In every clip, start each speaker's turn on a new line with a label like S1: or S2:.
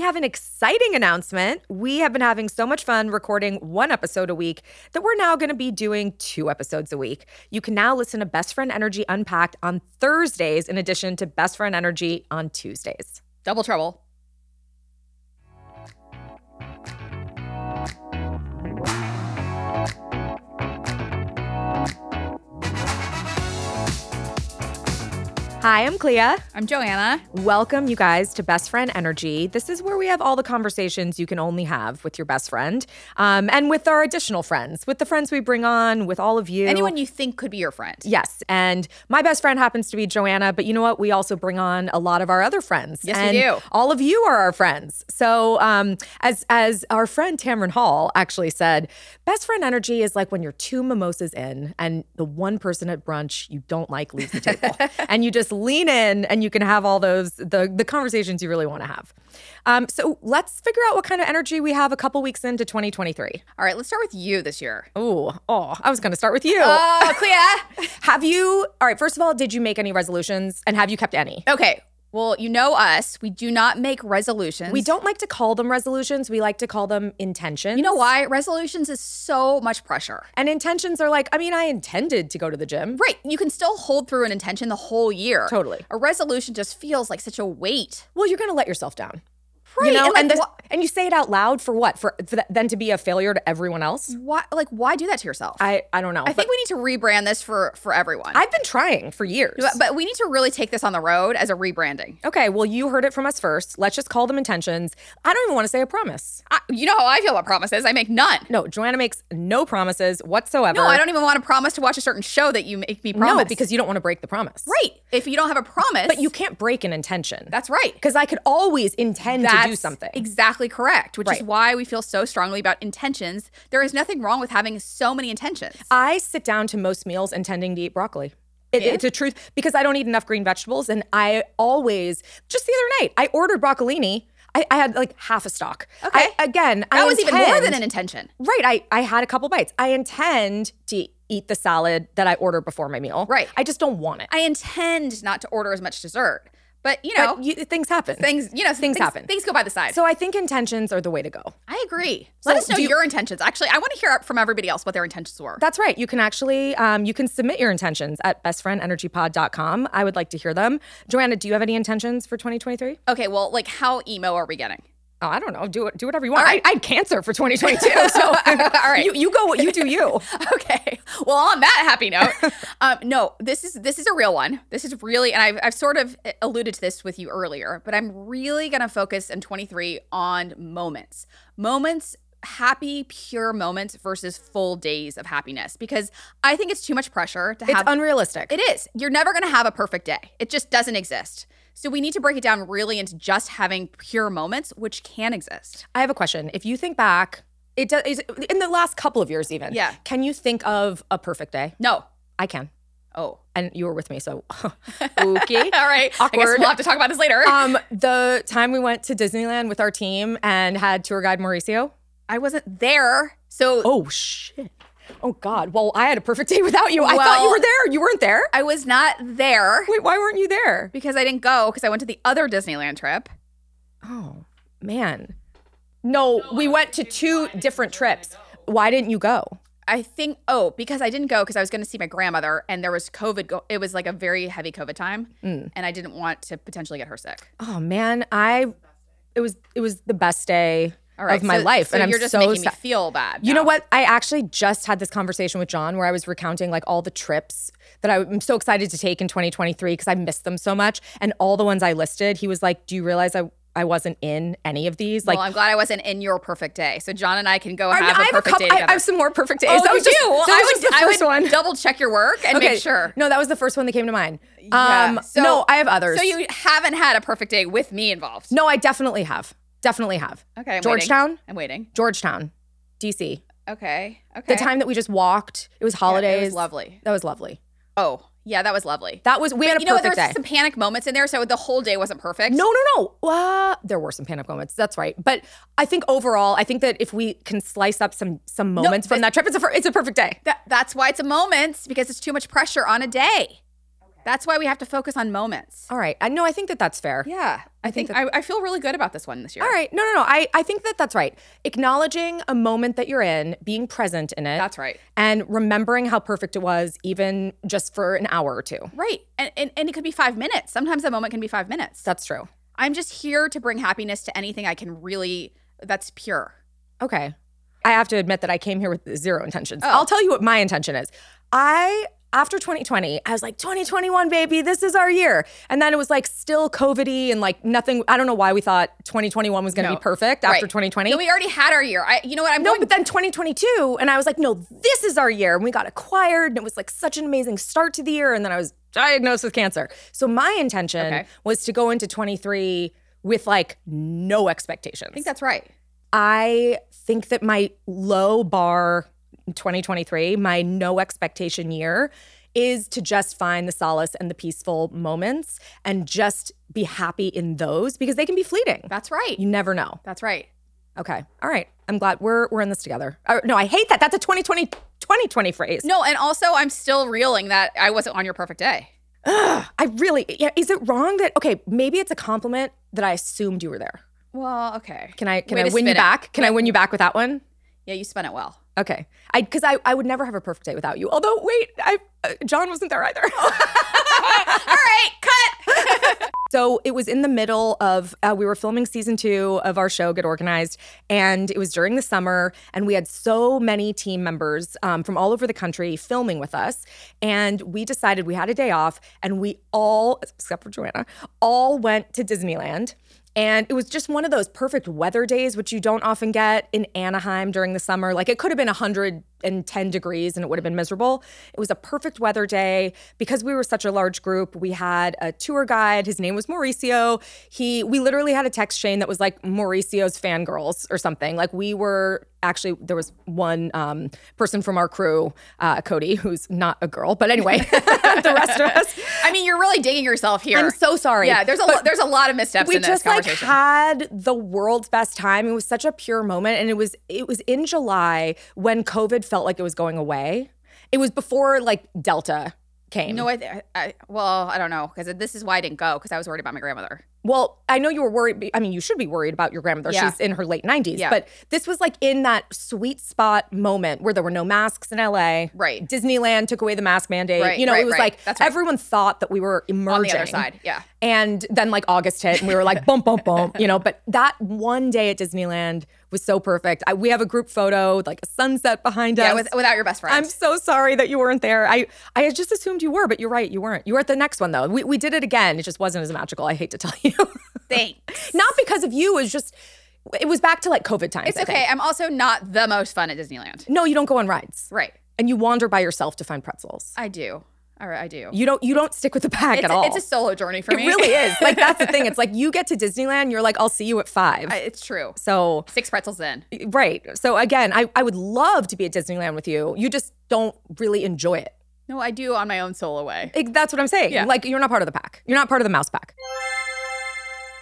S1: have an exciting announcement. We have been having so much fun recording one episode a week that we're now going to be doing two episodes a week. You can now listen to Best Friend Energy Unpacked on Thursdays, in addition to Best Friend Energy on Tuesdays.
S2: Double trouble.
S1: Hi, I'm Clea.
S2: I'm Joanna.
S1: Welcome, you guys, to Best Friend Energy. This is where we have all the conversations you can only have with your best friend um, and with our additional friends, with the friends we bring on, with all of you.
S2: Anyone you think could be your friend.
S1: Yes. And my best friend happens to be Joanna, but you know what? We also bring on a lot of our other friends.
S2: Yes, we
S1: and
S2: do.
S1: All of you are our friends. So, um, as as our friend Tamron Hall actually said, best friend energy is like when you're two mimosas in and the one person at brunch you don't like leaves the table, and you just lean in and you can have all those the the conversations you really want to have. Um, so let's figure out what kind of energy we have a couple weeks into 2023.
S2: All right, let's start with you this year.
S1: Oh, oh, I was going to start with you.
S2: Oh, Clea.
S1: Have you, all right, first of all, did you make any resolutions and have you kept any?
S2: okay. Well, you know us. We do not make resolutions.
S1: We don't like to call them resolutions. We like to call them intentions.
S2: You know why? Resolutions is so much pressure.
S1: And intentions are like, I mean, I intended to go to the gym.
S2: Right. You can still hold through an intention the whole year.
S1: Totally.
S2: A resolution just feels like such a weight.
S1: Well, you're going to let yourself down.
S2: Right,
S1: You know?
S2: and,
S1: and, this-
S2: like, wha-
S1: and you say it out loud for what? For, for th- then to be a failure to everyone else?
S2: Why? Like, why do that to yourself?
S1: I, I don't know.
S2: Mm. I think we need to rebrand this for for everyone.
S1: I've been trying for years.
S2: But- but we need to really take this on the road as a rebranding.
S1: okay, well, you heard it from us first. Let's just call them intentions. I don't even want to say a promise.
S2: I, you know how I feel about promises. I make none.
S1: No, Joanna makes no promises whatsoever.
S2: No, I don't even want to promise to watch a certain show that you make me
S1: No,
S2: promise.
S1: because you don't want to break the promise.
S2: right, if you don't have a promise,
S1: But you can't break an intention.
S2: that's right.
S1: because I could always intend
S2: That's
S1: to do something.
S2: exactly correct, which is
S1: Right.
S2: why we feel so strongly about intentions. There is nothing wrong with having so many intentions.
S1: I sit down to most meals intending to eat broccoli. It,
S2: Yeah.
S1: It's a truth because I don't eat enough green vegetables, and I always just the other night I ordered broccolini. I, I had like half a stalk.
S2: Okay.
S1: I, again,
S2: that
S1: I
S2: was even more than
S1: intend-
S2: an intention.
S1: Right. I, I had a couple bites. I intend to eat the salad that I order before my meal.
S2: Right.
S1: I just don't want it.
S2: I intend not to order as much dessert, but you know,
S1: but you, things happen.
S2: things you know
S1: things happen.
S2: Things go by the side.
S1: so I think intentions are the way to go.
S2: I agree. Let
S1: So
S2: us know
S1: do you-
S2: your intentions. Actually, I want to hear from everybody else what their intentions were.
S1: That's right. You can actually um, you can submit your intentions at bestfriendenergypod.com. I would like to hear them. Joanna, do you have any intentions for 2023?
S2: okay, well, like how emo are we getting?
S1: Oh, I don't know. Do do whatever you want.
S2: right.
S1: I, I had cancer for 2022. So all
S2: right.
S1: You, you go you do you.
S2: Okay. Well, on that happy note, um, no, this is this is a real one. This is really, and I've, I've sort of alluded to this with you earlier, but I'm really gonna focus in 23 on moments, moments, happy, pure moments versus full days of happiness, because I think it's too much pressure to
S1: It's
S2: have.
S1: unrealistic.
S2: it is. You're never gonna have a perfect day. It just doesn't exist. So we need to break it down really into just having pure moments, which can exist.
S1: I have a question. If you think back, it does is, in the last couple of years even.
S2: Yeah.
S1: Can you think of a perfect day?
S2: No.
S1: I can.
S2: Oh.
S1: And you were with me, so okay.
S2: All right. I guess
S1: Awkward.
S2: we'll have to talk about this later.
S1: Um, the time we went to Disneyland with our team and had tour guide Mauricio.
S2: I wasn't there. So
S1: Oh shit. Oh God. Well, I had a perfect day without you. I thought you
S2: Well-
S1: were there. You weren't there.
S2: I was not there
S1: Wait, why weren't you there?
S2: because I didn't go because I went to the other Disneyland trip.
S1: Oh man. No, we went to two different trips. Why didn't you go?
S2: I think, oh, because I didn't go because I was going to see my grandmother and there was COVID. Go- it was like a very heavy COVID time
S1: Mm.
S2: and I didn't want to potentially get her sick.
S1: Oh man, I. It was it was the best day
S2: All right.
S1: of my
S2: so-
S1: life,
S2: so
S1: and I'm
S2: you're just
S1: so
S2: making
S1: sad.
S2: me feel bad.
S1: You know
S2: now.
S1: what? I actually just had this conversation with John where I was recounting like all the trips that I- I'm so excited to take in 2023 because I missed them so much. And all the ones I listed, he was like, Do you realize I, I wasn't in any of these? Like,
S2: well, I'm glad I wasn't in your perfect day. So John and I can go
S1: I,
S2: have
S1: mean,
S2: a
S1: I have a
S2: perfect
S1: couple,
S2: day
S1: I,
S2: together.
S1: I have some more perfect days.
S2: oh,
S1: that was
S2: you
S1: just,
S2: do?
S1: that
S2: I
S1: was just
S2: would,
S1: the
S2: I would
S1: first one.
S2: double check your work and
S1: Okay.
S2: make sure.
S1: No, that was the first one that came to mind.
S2: Yeah,
S1: Um,
S2: so-
S1: no, I have others.
S2: So you haven't had a perfect day with me involved.
S1: no, I definitely have. Definitely have.
S2: Okay. I'm
S1: Georgetown,
S2: Waiting. I'm waiting.
S1: Georgetown, DC.
S2: Okay. Okay.
S1: The time that we just walked, it was
S2: Yeah,
S1: holidays.
S2: it was lovely.
S1: That was lovely.
S2: Oh, yeah, that was lovely.
S1: That was we had a
S2: you know what? There
S1: perfect
S2: was
S1: day.
S2: some panic moments in there, so the whole day wasn't perfect.
S1: No, no, no. Uh, there were some panic moments. That's right. But I think overall, I think that if we can slice up some some moments from
S2: but-
S1: that trip, it's a fir- it's a perfect day.
S2: That- that's why it's a moment because it's too much pressure on a day. That's why we have to focus on moments.
S1: All right. I know. I think that that's fair.
S2: Oh, Yeah. I, think,
S1: think
S2: I, I feel really good about this one this year.
S1: All right. No, no, no. I, I think that that's right. Acknowledging a moment that you're in, being present in it,
S2: That's right.
S1: and remembering how perfect it was, even just for an hour or two.
S2: Right. And, and and it could be five minutes. Sometimes a moment can be five minutes.
S1: That's true.
S2: I'm just here to bring happiness to anything I can really that's pure.
S1: Okay. I have to admit that I came here with zero intentions.
S2: Oh.
S1: I'll tell you what my intention is. I after 2020, I was like 2021 baby, this is our year. And then it was like still covidy and like nothing I don't know why we thought 2021 was going to
S2: No.
S1: be perfect after
S2: Right.
S1: 2020.
S2: No, we already had our year. I you know what I'm
S1: No,
S2: going
S1: but then 2022, and I was like, no, this is our year. And we got acquired, and it was like such an amazing start to the year. And then I was diagnosed with cancer. So my intention
S2: Okay.
S1: was to go into 23 with like no expectations.
S2: I think that's right.
S1: I think that my low bar 2023, my no expectation year, is to just find the solace and the peaceful moments and just be happy in those because they can be fleeting.
S2: That's right.
S1: You never know.
S2: That's right.
S1: Okay. All right. I'm glad we're we're in this together. Uh, no, I hate that. That's a 2020 2020 phrase.
S2: No, and also I'm still reeling that I wasn't on your perfect day.
S1: Ugh, I really yeah, is it wrong that okay, maybe it's a compliment that I assumed you were there.
S2: Well, okay.
S1: Can I can
S2: Way
S1: I
S2: to
S1: win you
S2: spin it.
S1: back? Can I win you back with that one?
S2: Yeah, you spun it well.
S1: Okay. I cuz I I would never have a perfect day without you. Although wait, I uh, John wasn't there either.
S2: All right, cut.
S1: So it was in the middle of, uh, we were filming season two of our show, Get Organized, and it was during the summer. And we had so many team members um, from all over the country filming with us. And we decided we had a day off, and we all, except for Joanna, all went to Disneyland. And it was just one of those perfect weather days, which you don't often get in Anaheim during the summer. Like it could have been 110 degrees and it would have been miserable. It was a perfect weather day because we were such a large group. We had a tour guide. His name was Mauricio. He we literally had a text chain that was like Mauricio's fangirls or something. Like we were actually there was one um, person from our crew, uh, Cody, who's not a girl, but anyway, the rest of us.
S2: I mean, you're really digging yourself here.
S1: I'm so sorry.
S2: yeah, there's a lo- there's a lot of missteps
S1: we
S2: in this
S1: just like
S2: conversation.
S1: had the world's best time. It was such a pure moment, and it was it was in July when COVID felt like it was going away. It was before like Delta came.
S2: no, I, th- I well, I don't know because this is why I didn't go because I was worried about my grandmother.
S1: well, I know you were worried. I mean, you should be worried about your grandmother.
S2: Yeah.
S1: She's in her late nineties,
S2: Yeah.
S1: but this was like in that sweet spot moment where there were no masks in LA.
S2: Right.
S1: Disneyland took away the mask mandate.
S2: Right,
S1: you know,
S2: right,
S1: it was
S2: right.
S1: like
S2: That's right.
S1: everyone thought that we were emerging
S2: On the other side, yeah.
S1: And then like August hit and we were like bump bump bump, you know, but that one day at Disneyland was so perfect. I, we have a group photo, like a sunset behind
S2: Yeah,
S1: us.
S2: with, without your best friend.
S1: I'm so sorry that you weren't there. I I had just assumed you were, but you're right, you weren't. You were at the next one though. We we did it again. It just wasn't as magical. I hate to tell you.
S2: Thanks.
S1: Not because of you, it was just it was back to like COVID times.
S2: It's
S1: I think.
S2: okay. I'm also not the most fun at Disneyland.
S1: No, you don't go on rides.
S2: Right.
S1: And you wander by yourself to find pretzels.
S2: I do. All right, I do.
S1: You don't you don't stick with the pack
S2: it's,
S1: at all.
S2: it's a solo journey for
S1: it
S2: me.
S1: really is. Like that's the thing. It's like you get to Disneyland, you're like, I'll see you at five.
S2: I- it's true.
S1: so
S2: Six pretzels in.
S1: Right. So again, I, I would love to be at Disneyland with you. You just don't really enjoy it.
S2: No, I do on my own solo way.
S1: Like, that's what I'm saying.
S2: Yeah.
S1: Like you're not part of the pack. You're not part of the mouse pack.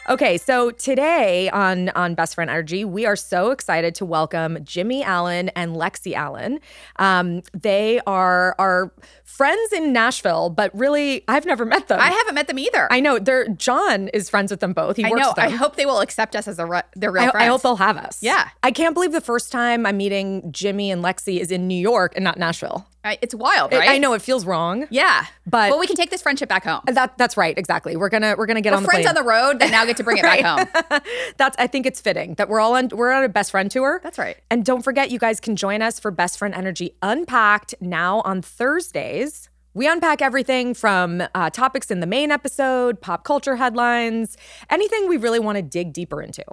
S1: Okay, so today on on Best Friend Energy, we are so excited to welcome Jimmy Allen and Lexi Allen. Um, they are are friends in Nashville, but really, I've never met them.
S2: I haven't met them either.
S1: I know they're John is friends with them both. He
S2: I
S1: works
S2: know.
S1: with them.
S2: I hope they will accept us as a re- their real
S1: I,
S2: friends.
S1: I hope they'll have us.
S2: Yeah.
S1: I can't believe the first time I'm meeting Jimmy and Lexi is in New York and not Nashville.
S2: I- it's wild,
S1: I-
S2: right?
S1: I know it feels wrong,
S2: Yeah.
S1: but
S2: well, we can take this friendship back home.
S1: that that's right. Exactly. We're gonna we're gonna get
S2: We're
S1: on the
S2: friends
S1: plane.
S2: on the road that now get to bring it back home.
S1: that's I think it's fitting that we're all on we're on a best friend tour.
S2: That's right.
S1: And don't forget, you guys can join us for Best Friend Energy Unpacked now on Thursdays. We unpack everything from uh, topics in the main episode, pop culture headlines, anything we really want to dig deeper into.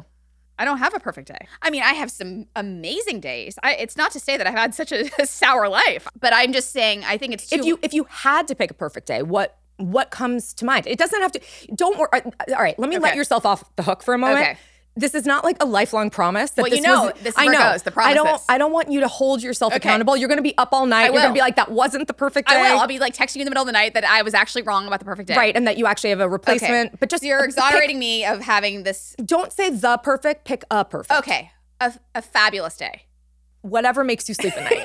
S2: I don't have a perfect day. I mean, I have some amazing days. I, it's not to say that I've had such a, sour life, but I'm just saying I think it's too
S1: if you if you had to pick a perfect day, what what comes to mind? It doesn't have to. Don't worry. All right, let me let
S2: Okay.
S1: yourself off the hook for a moment.
S2: Okay.
S1: This is not like a lifelong promise. That
S2: Well,
S1: this
S2: you know,
S1: was,
S2: this is
S1: I
S2: where it
S1: know.
S2: goes, the
S1: I don't.
S2: promises.
S1: I don't want you to hold yourself
S2: Okay.
S1: accountable. You're going to be up all night.
S2: I
S1: You're going to
S2: will.
S1: be like, that wasn't the perfect day,
S2: I will. I'll be like texting you in the middle of the night that I was actually wrong about the perfect day.
S1: right? And that you actually have a
S2: Okay.
S1: replacement. But just
S2: So you're
S1: pick-
S2: exonerating me of having this.
S1: don't say the perfect. Pick
S2: Oh.
S1: a perfect.
S2: Okay. A, a fabulous day.
S1: Whatever makes you sleep at night.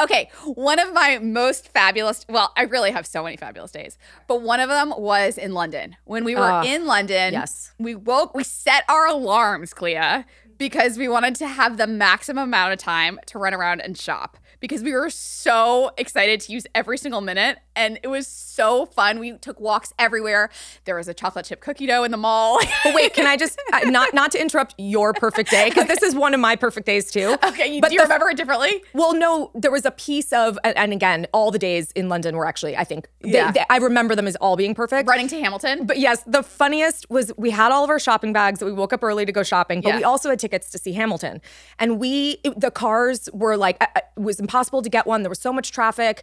S2: Okay, one of my most fabulous, well, I really have so many fabulous days, but one of them was in London. When we were
S1: Ah,
S2: in London,
S1: yes.
S2: we woke, we set our alarms, Clea, because we wanted to have the maximum amount of time to run around and shop because we were so excited to use every single minute and it was so fun. We took walks everywhere. There was a chocolate chip cookie dough in the mall.
S1: But wait, can I just I- not not to interrupt your perfect day because this is one of my perfect days too.
S2: okay, you,
S1: But
S2: do you
S1: the-
S2: remember it differently?
S1: Well, no, there was a piece of, and- and again, all the days in London were actually, I think, they-
S2: Yeah.
S1: they- I remember them as all being perfect.
S2: Running to Hamilton.
S1: But yes, the funniest was we had all of our shopping bags that we woke up early to go shopping, but
S2: Yeah.
S1: we also had tickets to see Hamilton. And we, it- the cars were like, I- I- it was impossible to get one. There was so much traffic.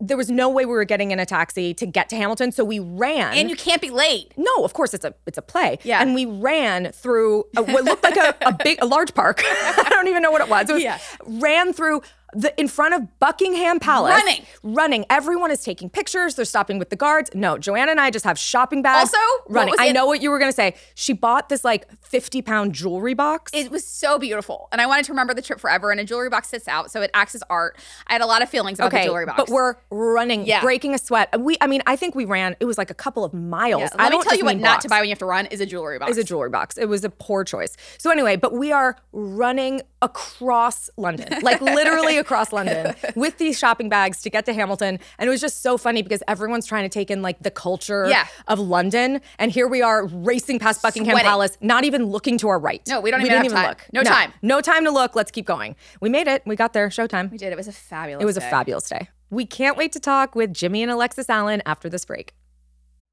S1: There was no way we were getting in a taxi to get to Hamilton. So we ran.
S2: and you can't be late.
S1: no, of course it's a it's a play.
S2: Yeah.
S1: And we ran through a, what looked like a, a big a large park. I don't even know what it was. It was
S2: Yeah.
S1: ran through the in front of Buckingham Palace.
S2: Running.
S1: Running. Everyone is taking pictures. They're stopping with the guards. No, Joanna and I just have shopping bags.
S2: Also, what
S1: running.
S2: was
S1: I
S2: it-
S1: know what you were gonna say. She bought this like 50 pound jewelry box.
S2: It was so beautiful. And I wanted to remember the trip forever. And a jewelry box sits out, so it acts as art. I had a lot of feelings about
S1: Okay,
S2: the jewelry box.
S1: but we're running,
S2: Yeah.
S1: breaking a sweat. We, I mean, I think we ran. It was like a couple of miles.
S2: Yeah,
S1: I
S2: Let me
S1: don't
S2: tell
S1: just
S2: you what
S1: mean
S2: not to
S1: blocks.
S2: buy when you have to run is a jewelry box.
S1: is a jewelry box. It was a poor choice. So anyway, but we are running across London, like literally across London with these shopping bags to get to Hamilton. And it was just so funny because everyone's trying to take in like the culture
S2: Yeah.
S1: of London. And here we are racing past Buckingham
S2: Sweating.
S1: Palace, not even looking to our right.
S2: No, we don't
S1: we
S2: even
S1: didn't
S2: have
S1: even
S2: time.
S1: look.
S2: No time.
S1: No time to look. Let's keep going. We made it. We got there. Showtime.
S2: we did. It was a fabulous.
S1: It was a
S2: day.
S1: fabulous day. We can't wait to talk with Jimmy and Alexis Allen after this break.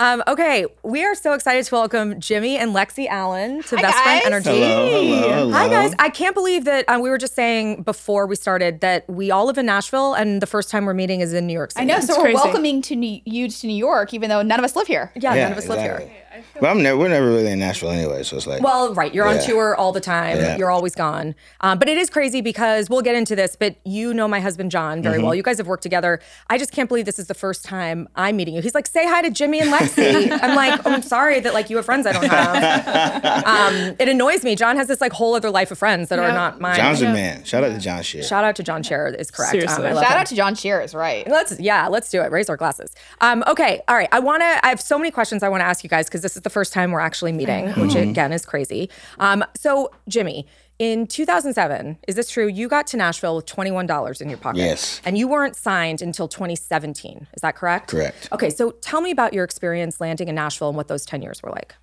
S1: Um, okay, we are so excited to welcome Jimmy and Lexi Allen to
S2: Hi,
S1: Best Friend
S2: guys.
S1: Energy.
S3: Hello, hello, hello.
S1: Hi guys, I can't believe that um, we were just saying before we started that we all live in Nashville and the first time we're meeting is in New York City.
S2: I know. So we're
S4: crazy.
S2: welcoming to New- you to New York, even though none of us live here.
S1: Yeah, none of us live here.
S3: here. But I'm never, we're never really in Nashville anyway, so it's like.
S1: Well, right, you're on
S3: Yeah.
S1: tour all the time.
S3: Yeah.
S1: You're always gone. Um, but it is crazy because we'll get into this, but you know my husband John
S3: Mm-hmm.
S1: very well. You guys have worked together. I just can't believe this is the first time I'm meeting you. He's like, "Say hi to Jimmy and Lexi." I'm like, "Oh, "I'm sorry that like you have friends I don't have." um, it annoys me. John has this like whole other life of friends that are not mine.
S3: John's a man. Shout out to John Shear.
S1: Shout out to John Scherer is correct. Um,
S4: Seriously.
S1: I love
S2: Shout
S1: him.
S2: out to John Shears, right?
S1: Let's yeah, let's do it. Raise our glasses. Um, okay, all right. I wanna. I have so many questions I want to ask you guys because this is the first time we're actually meeting,
S3: Mm-hmm.
S1: which again is crazy. Um, so Jimmy, in 2007, is this true? You got to Nashville with $21 in your pocket.
S3: Yes.
S1: And you weren't signed until 2017. Is that correct?
S3: Correct.
S1: Okay, so tell me about your experience landing in Nashville and what those 10 years were like.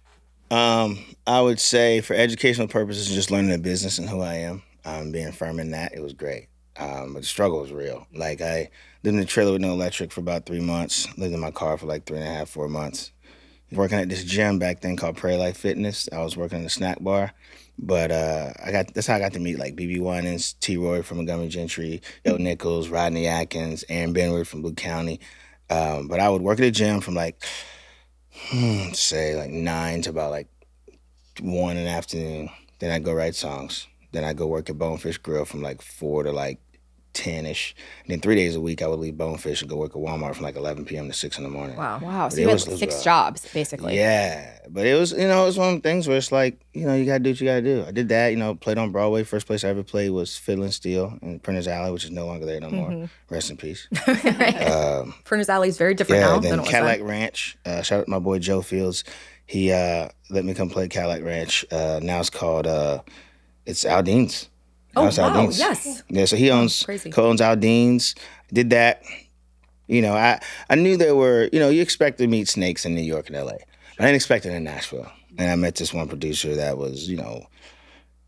S3: Um, I would say for educational purposes, just learning the business and who I am, um, being firm in that, it was great. Um, but the struggle was real. Like I lived in a trailer with no electric for about three months. Lived in my car for like three and a half, four months. Working at this gym back then called Prairie Life Fitness. I was working in a snack bar, but uh, I got that's how I got to meet like BB One and T Roy from Montgomery Gentry, Yo Nichols, Rodney Atkins, Aaron Benward from Blue County. Um, but I would work at a gym from like hmm, say like nine to about like one in the afternoon. Then I go write songs. Then I go work at Bonefish Grill from like four to like ten ish. And then three days a week, I would leave Bonefish and go work at Walmart from like eleven p.m. to six in the morning.
S1: Wow.
S2: Wow. So
S3: It
S2: you had
S3: was- it was
S2: six
S3: rough.
S2: jobs, basically.
S3: Yeah, but it was you know it was one of the things where it's like you know you gotta do what you gotta do. I did that. You know, played on Broadway. First place I ever played was Fiddle and Steel in Printers Alley, which is no longer there no more. Rest in peace. um,
S1: Printers Alley is very different
S3: yeah,
S1: Mm-hmm. now
S3: then
S1: than it was
S3: Cadillac
S1: then.
S3: Ranch. Uh, shout out to my boy Joe Fields. He uh, let me come play Cadillac Ranch. Uh, now it's called uh, it's Aldean's. Now
S1: Oh,
S3: it's
S1: wow,
S3: Aldean's.
S1: yes.
S3: Yeah, so he owns
S1: crazy.
S3: co-owns Aldean's. Did that. You know, I I knew there were. You know, you expect to meet snakes in New York and L.A. I didn't expect it in Nashville. And I met this one producer that was, you know,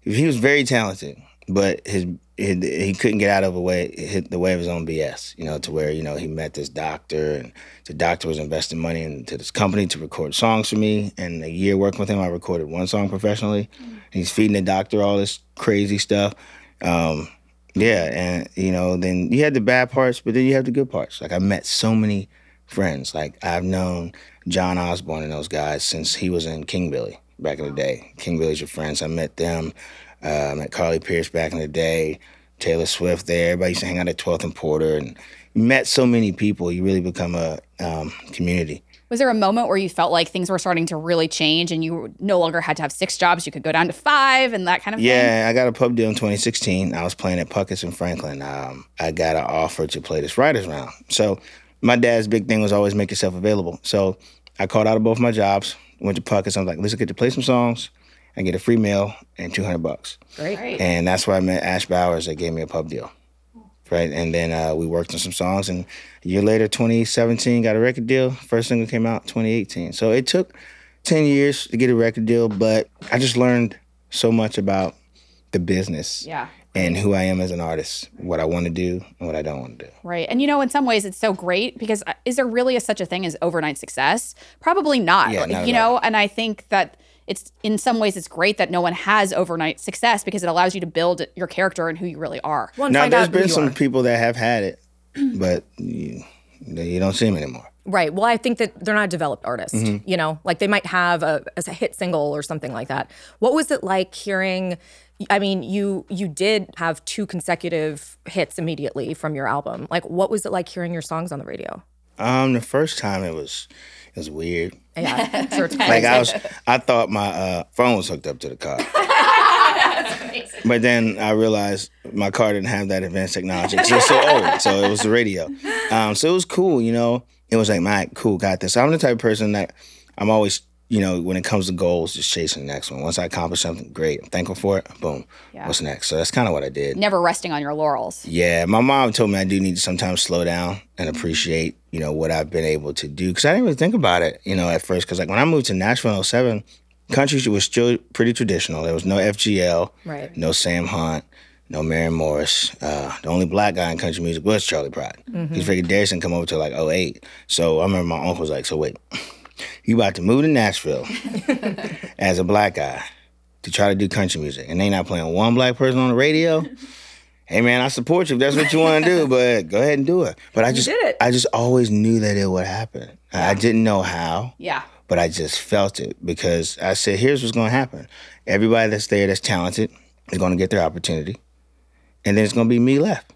S3: he was very talented, but his it, he couldn't get out of the way hit the way of his own BS. You know, to where you know he met this doctor, and the doctor was investing money into this company to record songs for me. And a year working with him, I recorded one song professionally. He's feeding the doctor all this crazy stuff. Um, yeah, and you know, then you had the bad parts, but then you have the good parts. Like I met so many friends. Like I've known John Osborne and those guys since he was in King Billy back in the day. King Billy's your friends. I met them. Uh, I met Carly Pierce back in the day. Taylor Swift there. Everybody used to hang out at 12th and Porter, and you met so many people. You really become a um, community.
S2: Was there a moment where you felt like things were starting to really change and you no longer had to have six jobs? You could go down to five and that kind of thing?
S3: Yeah, I got a pub deal in 2016. I was playing at Puckett's in Franklin. Um, I got an offer to play this writers round. So my dad's big thing was always make yourself available. So I called out of both my jobs, went to Puckett's. I was like, listen, get to play some songs and get a free meal and 200 bucks.
S1: Great.
S3: And that's where I met Ash Bowers that gave me a pub deal. Right. And then uh, we worked on some songs. And a year later, 2017, got a record deal. First single came out 2018. So it took 10 years to get a record deal, but I just learned so much about the business
S2: Yeah.
S3: and who I am as an artist, what I want to do and what I don't want to do.
S2: Right. And you know, in some ways it's so great because uh, is there really a, such a thing as overnight success? Probably not.
S3: Yeah,
S2: Like,
S3: not at
S2: you know, and I think that it's in some ways it's great that no one has overnight success because it allows you to build your character and who you really are.
S1: Well, and
S3: Now,
S1: find
S3: there's
S1: out who
S3: been
S1: you
S3: some
S1: are.
S3: people that have had it, but you, you don't see them anymore.
S1: Right. Well, I think that they're not a developed artist. You know, like they might have a, as a hit single or something like that. What was it like hearing? I mean, you you did have two consecutive hits immediately from your album. Like, what was it like hearing your songs on the radio?
S3: Um, the first time it was, it was weird.
S1: Yeah, I'm sure it's
S3: Like I was, I thought my uh, phone was hooked up to the car. But then I realized my car didn't have that advanced technology. It was so old, so it was the radio. Um, so it was cool, you know. It was like, my cool, got this. I'm the type of person that I'm always, you know, when it comes to goals, just chasing the next one. Once I accomplish something, great. I'm thankful for it. Boom. What's next? So that's kind of what I did.
S2: Never resting on your laurels.
S3: Yeah, my mom told me I do need to sometimes slow down and appreciate, you know, what I've been able to do. Cause I didn't really think about it, you know, at first. Cause like when I moved to Nashville in 07, country was still pretty traditional. There was no FGL,
S1: Right.
S3: no Sam Hunt, no Mary Morris. Uh, the only black guy in country music was Charlie Pride. Because Ricky Darrison come over to like 08. So I remember my uncle was like, so wait, you about to move to Nashville as a black guy to try to do country music and they not playing one black person on the radio? hey man, I support you if that's what you want to do, but go ahead and do it. But I just
S1: did it.
S3: I just always knew that it would happen. I I didn't know how,
S2: Yeah.
S3: but I just felt it because I said, here's what's gonna happen. Everybody that's there that's talented is gonna get their opportunity. And then it's gonna be me left.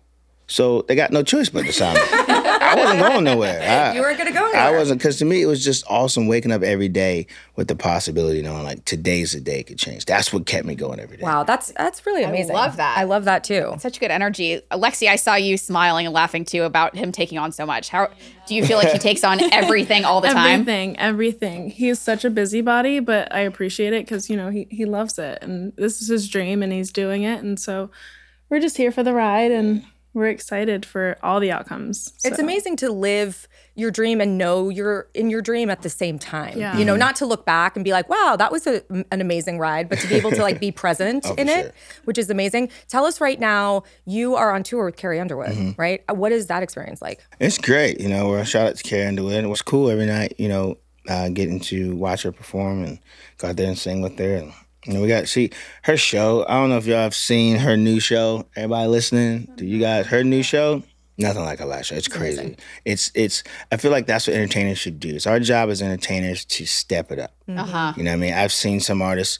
S3: So they got no choice but to sign me. I wasn't going nowhere. I-
S1: You weren't gonna go anywhere.
S3: I wasn't because to me it was just awesome waking up every day with the possibility knowing like today's the day it could change. That's what kept me going every day.
S1: Wow, that's that's really amazing.
S2: love that.
S1: I love that too.
S2: Such good energy. Alexi, I saw you smiling and laughing too about him taking on so much. How do you feel like he takes on everything all the time?
S4: Everything, everything. He's such a busybody, but I appreciate it because you know he he loves it, and this is his dream, and he's doing it, and so we're just here for the ride, and we're excited for all the outcomes.
S1: It's
S4: so.
S1: amazing to live your dream and know you're in your dream at the same time.
S4: Yeah.
S1: You know, not to look back and be like, "Wow, that was a, an amazing ride," but to be able to like be present in
S3: sure.
S1: it, which is amazing. Tell us right now, you are on tour with Carrie Underwood, right? Uh, What is that experience like?
S3: It's great, you know. We're shout out to Carrie Underwood. It was cool every night, you know, uh, getting to watch her perform and go out there and sing with her. And you know, we got she her show. I don't know if y'all have seen her new show. Everybody listening, do you guys her new show? Nothing like her last show. It's crazy. It's it's. I feel like that's what entertainers should do. It's our job as entertainers to step it up.
S2: Uh huh.
S3: You know what I mean? I've seen some artists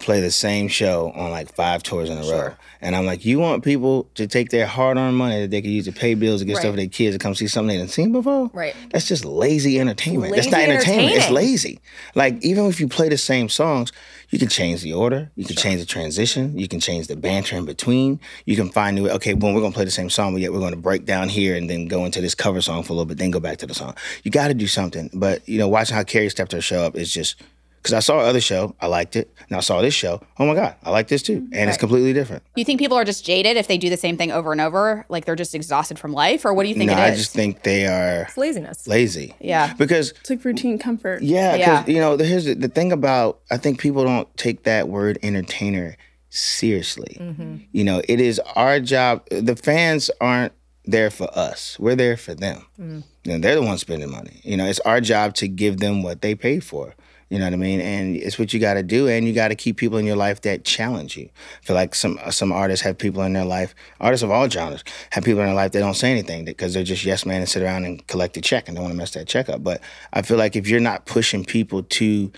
S3: play the same show on like five tours in a row. And I'm like, you want people to take their hard earned money that they could use to pay bills and get stuff for their kids to come see something they didn't seen before?
S1: Right.
S3: That's just lazy entertainment. That's not
S1: Lazy
S3: entertainment. It's
S1: entertaining.
S3: lazy. Like even if you play the same songs, you can change the order, you can change the transition, you can change the banter in between. You can find new okay, boom, we're gonna play the same song, but yet we're gonna break down here and then go into this cover song for a little bit, then go back to the song. You gotta do something. But you know, watching how Carrie stepped her show up is just because I saw her other show, I liked it. And I saw this show, oh my God, I like this too. And it's completely different.
S2: Do you think people are just jaded if they do the same thing over and over? Like they're just exhausted from life? Or what do you think
S3: no,
S2: it is?
S3: I just think they are
S1: It's laziness.
S3: lazy.
S2: Yeah.
S3: Because
S4: It's like routine comfort.
S3: Yeah,
S2: Yeah.
S3: because you know, the- here's the, the thing about I think people don't take that word entertainer seriously.
S1: Mm-hmm.
S3: You know, it is our job. The fans aren't there for us. We're there for them.
S1: Mm.
S3: You know, they're the ones spending money. You know, it's our job to give them what they pay for. You know what I mean? And it's what you got to do. And you got to keep people in your life that challenge you. I feel like some uh, some artists have people in their life. Artists of all genres have people in their life that don't say anything because they're just yes man and sit around and collect a check and don't want to mess that check up. But I feel like if you're not pushing people to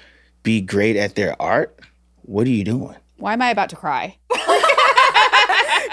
S3: be great at their art, what are you doing?
S2: Why am I about to cry?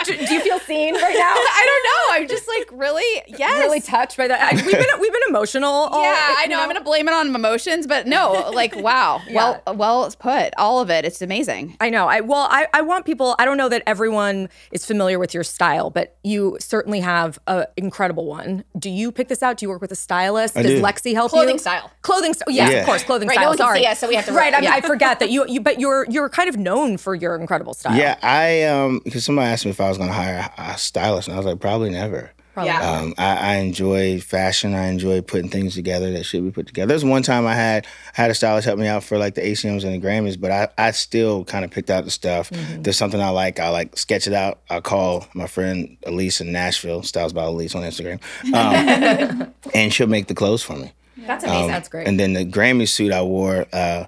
S1: Do, do you feel seen right now?
S2: I don't know. I'm just like really yes.
S1: Really touched by that. I, we've been we've been emotional. All,
S2: yeah, I
S1: you
S2: know. I'm gonna blame it on emotions, but no, like wow. Well, well put. All of it. It's amazing.
S1: I know. I well, I, I want people. I don't know that everyone is familiar with your style, but you certainly have an incredible one. Do you pick this out? Do you work with a stylist?
S3: I
S1: Does
S3: do.
S1: Lexi help
S2: Clothing
S1: you?
S2: style.
S1: Clothing style. Yes, of
S3: Yeah.
S1: course. Clothing
S2: Right,
S1: style.
S2: no one can
S1: Sorry.
S2: see us, so we have to-
S1: Right. I, mean,
S2: yeah.
S1: I forget that you. You. But you're you're kind of known for your incredible style.
S3: Yeah, I um because somebody asked me if I was gonna hire a a stylist, and I was like, probably never.
S1: Probably.
S2: Yeah.
S3: Um, I, I enjoy fashion. I enjoy putting things together that should be put together. There's one time I had I had a stylist help me out for like the ACMs and the Grammys, but I, I still kind of picked out the stuff. There's something I like. I like sketch it out. I call my friend Elise in Nashville, Styles by Elise on Instagram, um, and she'll make the clothes for me.
S1: That's amazing.
S3: Um,
S1: That's great.
S3: And then the Grammy suit I wore, uh,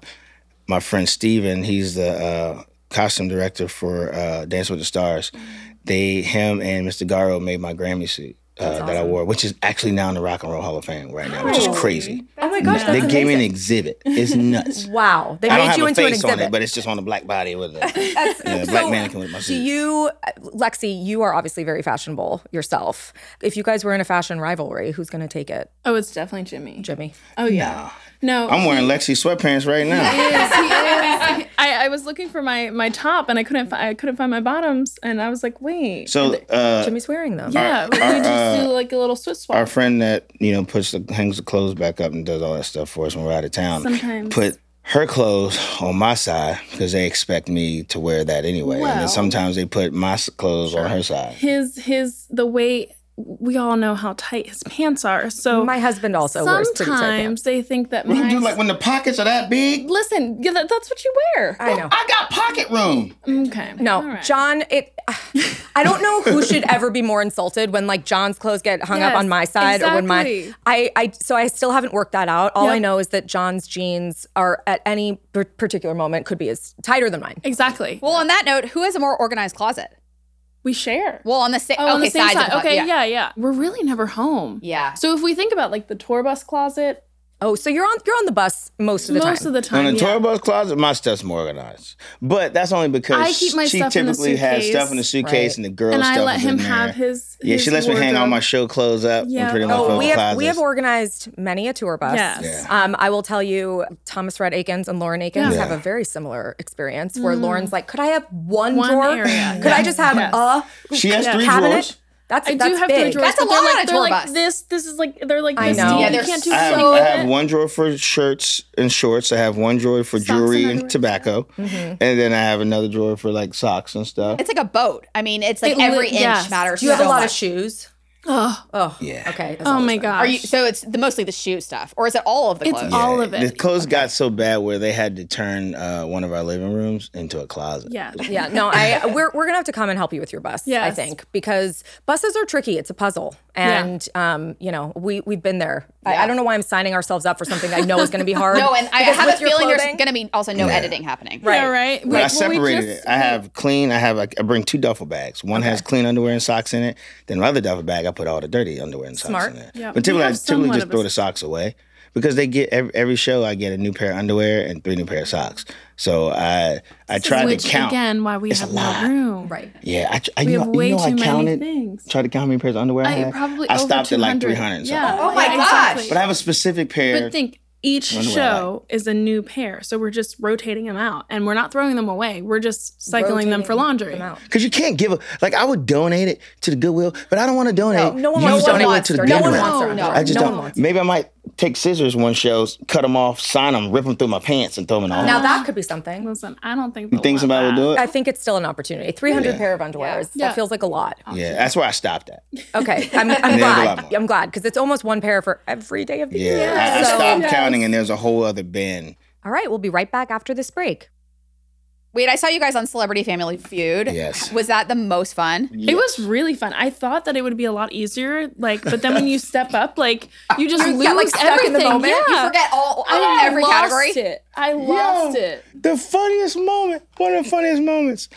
S3: my friend Steven, he's the uh, costume director for uh, Dance with the Stars.
S1: Mm-hmm.
S3: They, him, and Mr. Garo made my Grammy suit. Uh, That I wore, which is actually now in the Rock and Roll Hall of Fame right now, which is crazy.
S1: oh my gosh.
S3: they
S1: That's
S3: gave me an
S1: amazing.
S3: exhibit. It's nuts.
S1: Wow. They
S3: I don't
S1: made
S3: have
S1: you
S3: a
S1: into an
S3: face
S1: exhibit.
S3: on it, but it's just on a black body with a
S1: That's-
S3: yeah, black
S1: so
S3: mannequin with my
S1: Do
S3: suit.
S1: you, Lexi? You are obviously very fashionable yourself. If you guys were in a fashion rivalry, who's going to take it,
S4: Oh, it's definitely Jimmy.
S1: Jimmy?
S4: Oh yeah. No,
S3: I'm wearing Lexi sweatpants right now.
S4: I, I was looking for my my top and I couldn't fi- I couldn't find my bottoms and I was like, wait.
S3: So uh,
S1: Jimmy's wearing them.
S4: yeah, we
S3: our,
S4: we just
S3: uh,
S4: do like a little Swiss swap.
S3: our friend that you know puts the hangs the clothes back up and does all that stuff for us when we're out of town
S4: Sometimes.
S3: put her clothes on my side because they expect me to wear that anyway and
S4: Well-
S3: then sometimes they put my s- clothes on her side
S4: his his the way we all know how tight his pants are. So
S1: My husband also wears pretty tight pants.
S4: sometimes they think that
S3: what do you do
S4: mine.
S3: like when the pockets are that big
S4: Listen, yeah, that, that's what you wear.
S1: I know.
S3: i got pocket room
S4: Okay.
S1: No,
S4: All right.
S1: John, it. I don't know who should ever be more insulted when like John's clothes get hung up
S4: Yes,
S1: on my side or when my
S4: exactly.
S1: I I so I still haven't worked that out. All I
S4: Yep.
S1: know is that John's jeans are at any par- particular moment could be as tighter than mine.
S4: Exactly.
S2: Well, on that note, who has a more organized closet?
S4: we share.
S2: Well, on the same.
S4: oh,
S2: okay,
S4: on the same
S2: sides of
S4: side.
S2: the closet,
S4: Okay. Yeah. yeah. We're really never home.
S2: Yeah.
S4: So if we think about like the tour bus closet,
S1: Oh, so you're on you're on the bus most of the
S4: most
S1: time.
S4: of the
S3: in
S4: time,
S3: the
S4: yeah.
S3: tour bus closet my stuff's more organized but that's only because
S4: I keep my
S3: she
S4: stuff in the
S3: typically has
S4: suitcase.
S3: stuff in the suitcase
S1: Right.
S3: and the girl
S4: and
S3: stuff
S4: I let
S3: is
S4: him
S3: in there.
S4: have his.
S3: yeah she
S4: his
S3: lets me hang all
S4: wardrobe.
S3: my show clothes up and
S4: Yeah.
S3: pretty much
S4: Oh,
S3: all
S1: we
S3: the
S1: have we have
S3: closets.
S1: organized many a tour bus.
S4: Yes.
S3: Yeah.
S1: Um, I will tell you, Thomas Red Akins and Lauren Akins
S3: Yeah.
S1: have a very similar experience where Lauren's like, "Could I have one,
S4: Mm. One
S1: drawer?
S4: area,
S1: Could I
S4: yes,
S1: just have
S4: yes.
S1: a
S3: she has
S4: Yeah.
S3: three
S1: cabinet?"
S3: drawers
S1: That's
S4: I
S1: that's
S4: do have
S1: big.
S4: three drawers.
S2: That's a
S4: but they're
S2: lot
S4: like,
S2: on a
S4: they're
S2: tour
S4: like
S2: bus.
S4: This. This is like they're like
S1: I
S4: this
S1: know.
S4: deep.
S1: Yeah,
S4: you
S2: they're
S4: can't do
S3: I have,
S4: so
S3: I
S4: much.
S3: have one drawer for shirts and shorts. I have one drawer for
S4: Socks Mm-hmm. and
S3: jewelry and,
S4: underwear.
S3: tobacco, and then I have another drawer for like socks and stuff.
S2: It's like a boat. I mean, it's like
S4: It li-
S2: every inch
S4: yes.
S2: matters.
S1: Do you have
S2: so
S1: a lot of
S2: much.
S1: shoes?
S4: Ugh.
S1: Oh,
S3: Yeah.
S1: Okay. that's
S4: Oh
S1: always
S4: my
S1: fun.
S4: gosh.
S2: Are you? So it's the mostly the shoe stuff, or is it all of the
S4: It's
S2: clothes?
S4: all- of it.
S3: The clothes got so bad where they had to turn uh, one of our living rooms into a closet.
S4: yeah.
S1: Yeah, no, I we're we're gonna have to come and help you with your bus. I
S4: Yes.
S1: think because buses are tricky. It's a puzzle,
S4: Yeah.
S1: and um, you know, we we've been there. I, I don't know why I'm signing ourselves up for something I know is gonna be hard.
S2: No, and I
S1: Because
S2: have a
S1: with your
S2: feeling
S1: clothing-
S2: there's going to be also no editing happening.
S1: Right.
S4: Yeah, right.
S3: But I separated it. I have clean. I have like, I bring two duffel bags. One has clean underwear and socks in it. Then my other duffel bag, I put all the dirty underwear and socks
S1: Smart.
S3: in it.
S4: Yeah.
S3: But
S4: We
S3: typically, I
S4: have
S3: typically
S4: somewhat
S3: just
S4: of a
S3: throw
S4: s-
S3: the socks away because they get every, every show. I get a new pair of underwear and three new pair of socks. So I I tried to
S4: Which
S3: count.
S4: again, why we
S3: It's a
S4: have
S3: lot.
S4: no room.
S1: Right.
S3: Yeah, I, tr- I
S4: We
S3: you
S4: have
S3: know,
S4: way
S3: you know I
S4: too many
S3: counted.
S4: things.
S3: Tried to count how many pairs of underwear I,
S4: I
S3: had.
S4: probably
S3: I
S4: over
S3: stopped at like
S4: 300.
S3: three hundred.
S4: Yeah.
S2: Oh my
S4: Yeah,
S2: gosh.
S4: exactly.
S3: But I have a specific pair.
S4: But think each
S3: Underwear
S4: show is a new pair, so we're just rotating them out, and we're not throwing them away. We're just cycling them for laundry.
S1: Them out.
S3: Cause you can't give a like I would donate it to the Goodwill, but I don't want to donate.
S1: No one
S3: You
S1: wants
S3: just
S1: to
S3: donate
S1: donate.
S3: it to the
S1: No one
S3: Goodwill.
S1: wants
S2: No,
S1: their
S2: no.
S1: underwear.
S3: I just
S1: No one
S3: don't.
S1: wants it.
S3: Maybe I might take scissors one shows, cut them off, sign them, rip them through my pants, and throw them in the
S1: Now
S3: hole.
S1: that could be something.
S4: Listen, I don't think
S3: You think
S4: they'll
S3: somebody
S4: want
S3: would do it?
S1: I think it's still an opportunity. 300
S3: Yeah.
S1: pair of underwear. is-
S4: Yeah. Oh.
S1: That feels like a lot.
S3: yeah, that's where I stopped at.
S1: Okay. I'm, I'm
S3: a lot
S1: glad.
S3: more.
S1: I'm glad because it's almost one pair for every day of the
S3: Yeah,
S1: year.
S3: I, I
S1: So-
S3: stopped counting, and there's a whole other bin.
S1: All right. We'll be right back after this break.
S2: Wait, I saw you guys on Celebrity Family Feud.
S3: Yes.
S2: Was that the most fun?
S4: It was really fun. I thought that it would be a lot easier, like, but then when you step up, like, you just lose
S2: You got like stuck in
S4: everything.
S2: the moment.
S4: Yeah.
S2: You forget all,
S4: I
S2: every
S4: lost
S2: category.
S4: It. I lost it.
S3: The funniest moment, one of the funniest moments.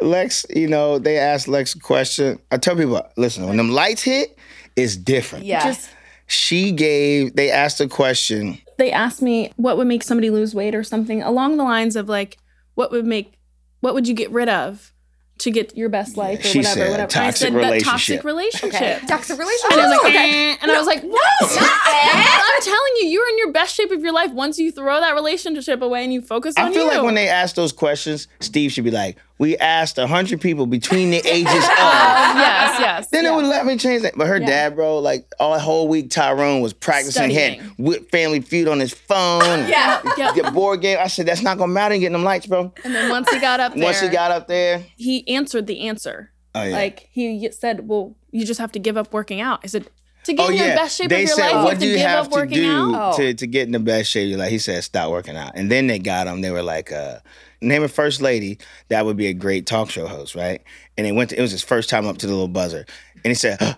S3: Lex, you know, they asked Lex a question. I tell people, listen, when them lights hit, it's different.
S2: Yeah.
S4: Just
S3: She gave, they asked a question.
S4: they asked me what would make somebody lose weight or something along the lines of like, what would make, what would you get rid of to get your best life or
S3: she
S4: whatever,
S3: said
S4: whatever. I
S3: toxic
S4: said that toxic
S3: relationship.
S4: relationship.
S2: Toxic
S4: And I was
S2: relationship.
S4: like, eh. and I was like, no, I'm telling you, you're in your best shape of your life once you throw that relationship away and you focus on
S3: I feel
S4: you.
S3: like when they ask those questions, Steve should be like, we asked 100 people between the ages of.
S4: yes, yes.
S3: Then it would let me change that. But her dad, bro, like all whole week, Tyrone was practicing, had
S4: Studying.
S3: with Family Feud on his phone.
S2: Yeah.
S4: Yep.
S3: The board game. I said, that's not going to matter in getting them lights, bro.
S4: And then once he got up there,
S3: Once he got up there.
S4: he answered the answer.
S3: Oh, yeah.
S4: Like he y- said, "Well, you just have to give up working out." I said, "To get
S3: Oh
S4: in
S3: yeah,
S4: your best shape
S3: they
S4: of your
S3: said,
S4: life, you
S3: "What
S4: have
S3: do
S4: to
S3: you
S4: give
S3: have
S4: up
S3: to
S4: working
S3: do
S4: out." Oh.
S2: out?
S3: to, to get in the best shape?" You're Like he said, "Stop working out." And then they got him. They were like, uh, "Name a first lady that would be a great talk show host, right?" And they went. To, it was his first time up to the little buzzer, and he said.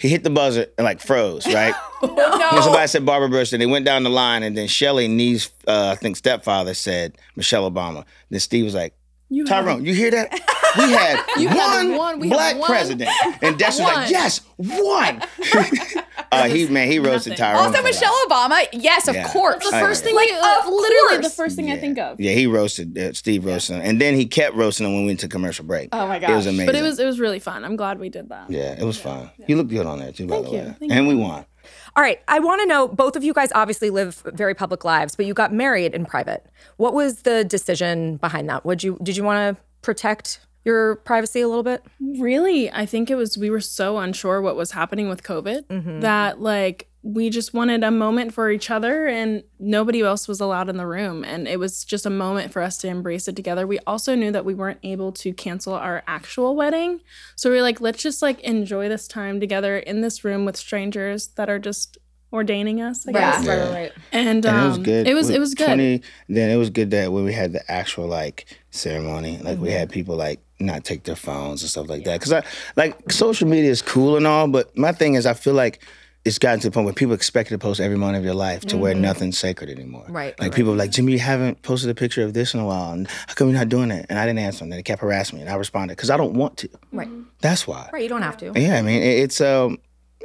S3: He hit the buzzer and like froze, right?
S4: Oh,
S2: no.
S3: When somebody said Barbara Bush, then they went down the line, and then Shelley Knee's, uh, I think stepfather said Michelle Obama. Then Steve was like,
S4: You have-
S3: Tyrone, you hear that? We had
S4: You had
S3: one,
S4: one, we had
S3: black
S4: one.
S3: president. And Dexter's
S4: One.
S3: like, yes, one. uh, he man, he roasted Tyrone.
S4: Oh,
S2: Also,
S3: for that.
S2: Michelle Obama. Yes, of
S3: Yeah.
S2: course.
S3: The first
S4: thing
S2: like,
S4: you-
S2: of
S4: literally the
S2: course.
S4: first thing I think of.
S3: Yeah, he roasted uh, Steve roasted him, and then he kept roasting him when we went to commercial break.
S2: Oh my
S3: it was amazing.
S4: But it was it was really fun. I'm glad we did that.
S3: yeah, it was fun. You looked good on there too, by
S4: Thank
S3: the
S4: you,
S3: way.
S4: thank
S3: and we won.
S1: All right, I want to know both of you guys obviously live very public lives, but you got married in private. What was the decision behind that? Would you did you want to protect your privacy a little bit?
S4: Really, I think it was we were so unsure what was happening with COVID that like we just wanted a moment for each other and nobody else was allowed in the room and it was just a moment for us to embrace it together. We also knew that we weren't able to cancel our actual wedding. So we were like let's just like enjoy this time together in this room with strangers that are just ordaining us, I guess.
S3: Yeah.
S4: And,
S3: And
S4: um,
S3: it was good.
S4: It was
S3: We-
S4: it was good.
S3: 20 then it was good that when we had the actual like ceremony, like
S4: Mm-hmm.
S3: we had people like not take their phones and stuff like that. Because I like social media is cool and all, but my thing is I feel like it's gotten to the point where people expect you to post every moment of your life to where
S4: Mm-hmm.
S3: nothing's sacred anymore.
S1: Right,
S3: Like
S1: right.
S3: people are like, Jimmy, you haven't posted a picture of this in a while, and how come you're not doing it? And I didn't answer them. They kept harassing me, and I responded because I don't want to.
S1: Right.
S3: That's why.
S1: Right, you don't have to.
S3: Yeah, I mean, it- it's a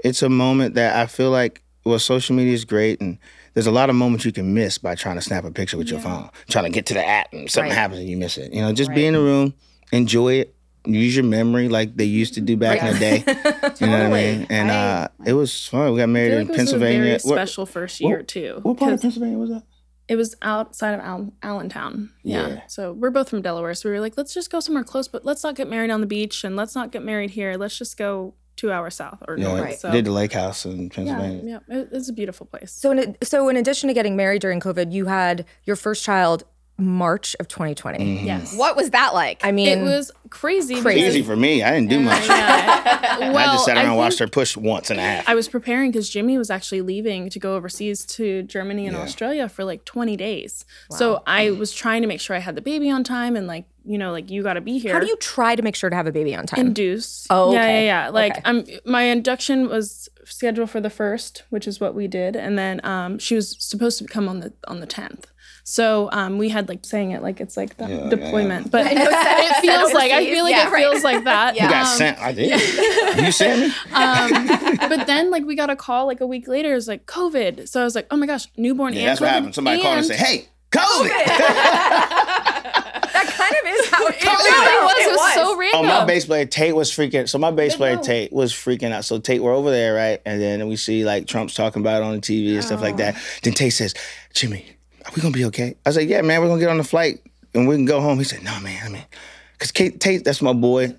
S3: it's a moment that I feel like well, social media is great, and there's a lot of moments you can miss by trying to snap a picture with your phone, trying to get to the app, and something
S1: Right.
S3: happens and you miss it. You know, just be in the room, enjoy it, use your memory like they used to do back in the day. You know what I mean? And uh, it was fun. We got
S4: I
S3: married
S4: feel
S3: in
S4: like it was a
S3: Pennsylvania.
S4: very
S3: What-
S4: special first year too.
S3: What part of
S4: 'cause-
S3: Pennsylvania was that?
S4: It was outside of Al- Allentown. Yeah.
S3: Yeah.
S4: So we're both from Delaware. So we were like, let's just go somewhere close, but let's not get married on the beach and let's not get married here. Let's just go two hours south or
S3: You know,
S4: north.
S3: we
S4: So,
S3: did the lake house in
S4: yeah,
S3: Pennsylvania.
S4: yeah. It- it's a beautiful place.
S1: So in so in addition to getting married during COVID, you had your first child March of 2020.
S3: Mm.
S4: Yes.
S2: What was that like?
S1: I mean,
S4: It was crazy.
S1: Crazy.
S3: Mm-hmm. Easy for me. I didn't do much.
S4: Yeah. well,
S3: I just sat around and watched
S4: think
S3: her push once and a half.
S4: I was preparing because Jimmy was actually leaving to go overseas to Germany and
S3: Yeah.
S4: Australia for like 20 days. So I was trying to make sure I had the baby on time and like, you know, like you got to be here.
S1: how do you try to make sure to have a baby on time?
S4: induce.
S1: Oh,
S4: yeah,
S1: okay.
S4: yeah, yeah. Like
S1: Okay.
S4: um, my induction was scheduled for the first, which is what we did, and then um, she was supposed to come on the on the tenth. So um, we had like saying it like it's like the
S3: Yeah, yeah,
S4: deployment, but
S2: know, said-
S4: it feels
S2: said
S4: like I
S2: overseas.
S4: feel like
S2: Yeah,
S4: it
S2: right.
S4: feels like that.
S2: Yeah.
S3: you got
S4: Um,
S3: sent. I did. you sent me.
S4: um, but then like we got a call like a week later. It was like COVID. So I was like, oh my gosh, newborn
S3: Yeah,
S4: and
S3: that's what
S4: COVID
S3: happened. Somebody called and
S4: and-
S3: said, "Hey, COVID."
S1: that kind of is how it
S4: It really was. It was, so
S3: oh,
S4: random.
S3: my bass player Tate was freaking. So my bass player Tate was freaking out. So Tate, we're over there, right? And then we see like Trump's talking about it on the TV and stuff
S4: Oh.
S3: like that. Then Tate says, "Jimmy, are we gonna be okay?" I was like, "Yeah, man, we're gonna get on the flight and we can go home." He said, "No, man, I mean." Cause Kate, Tate, that's my boy.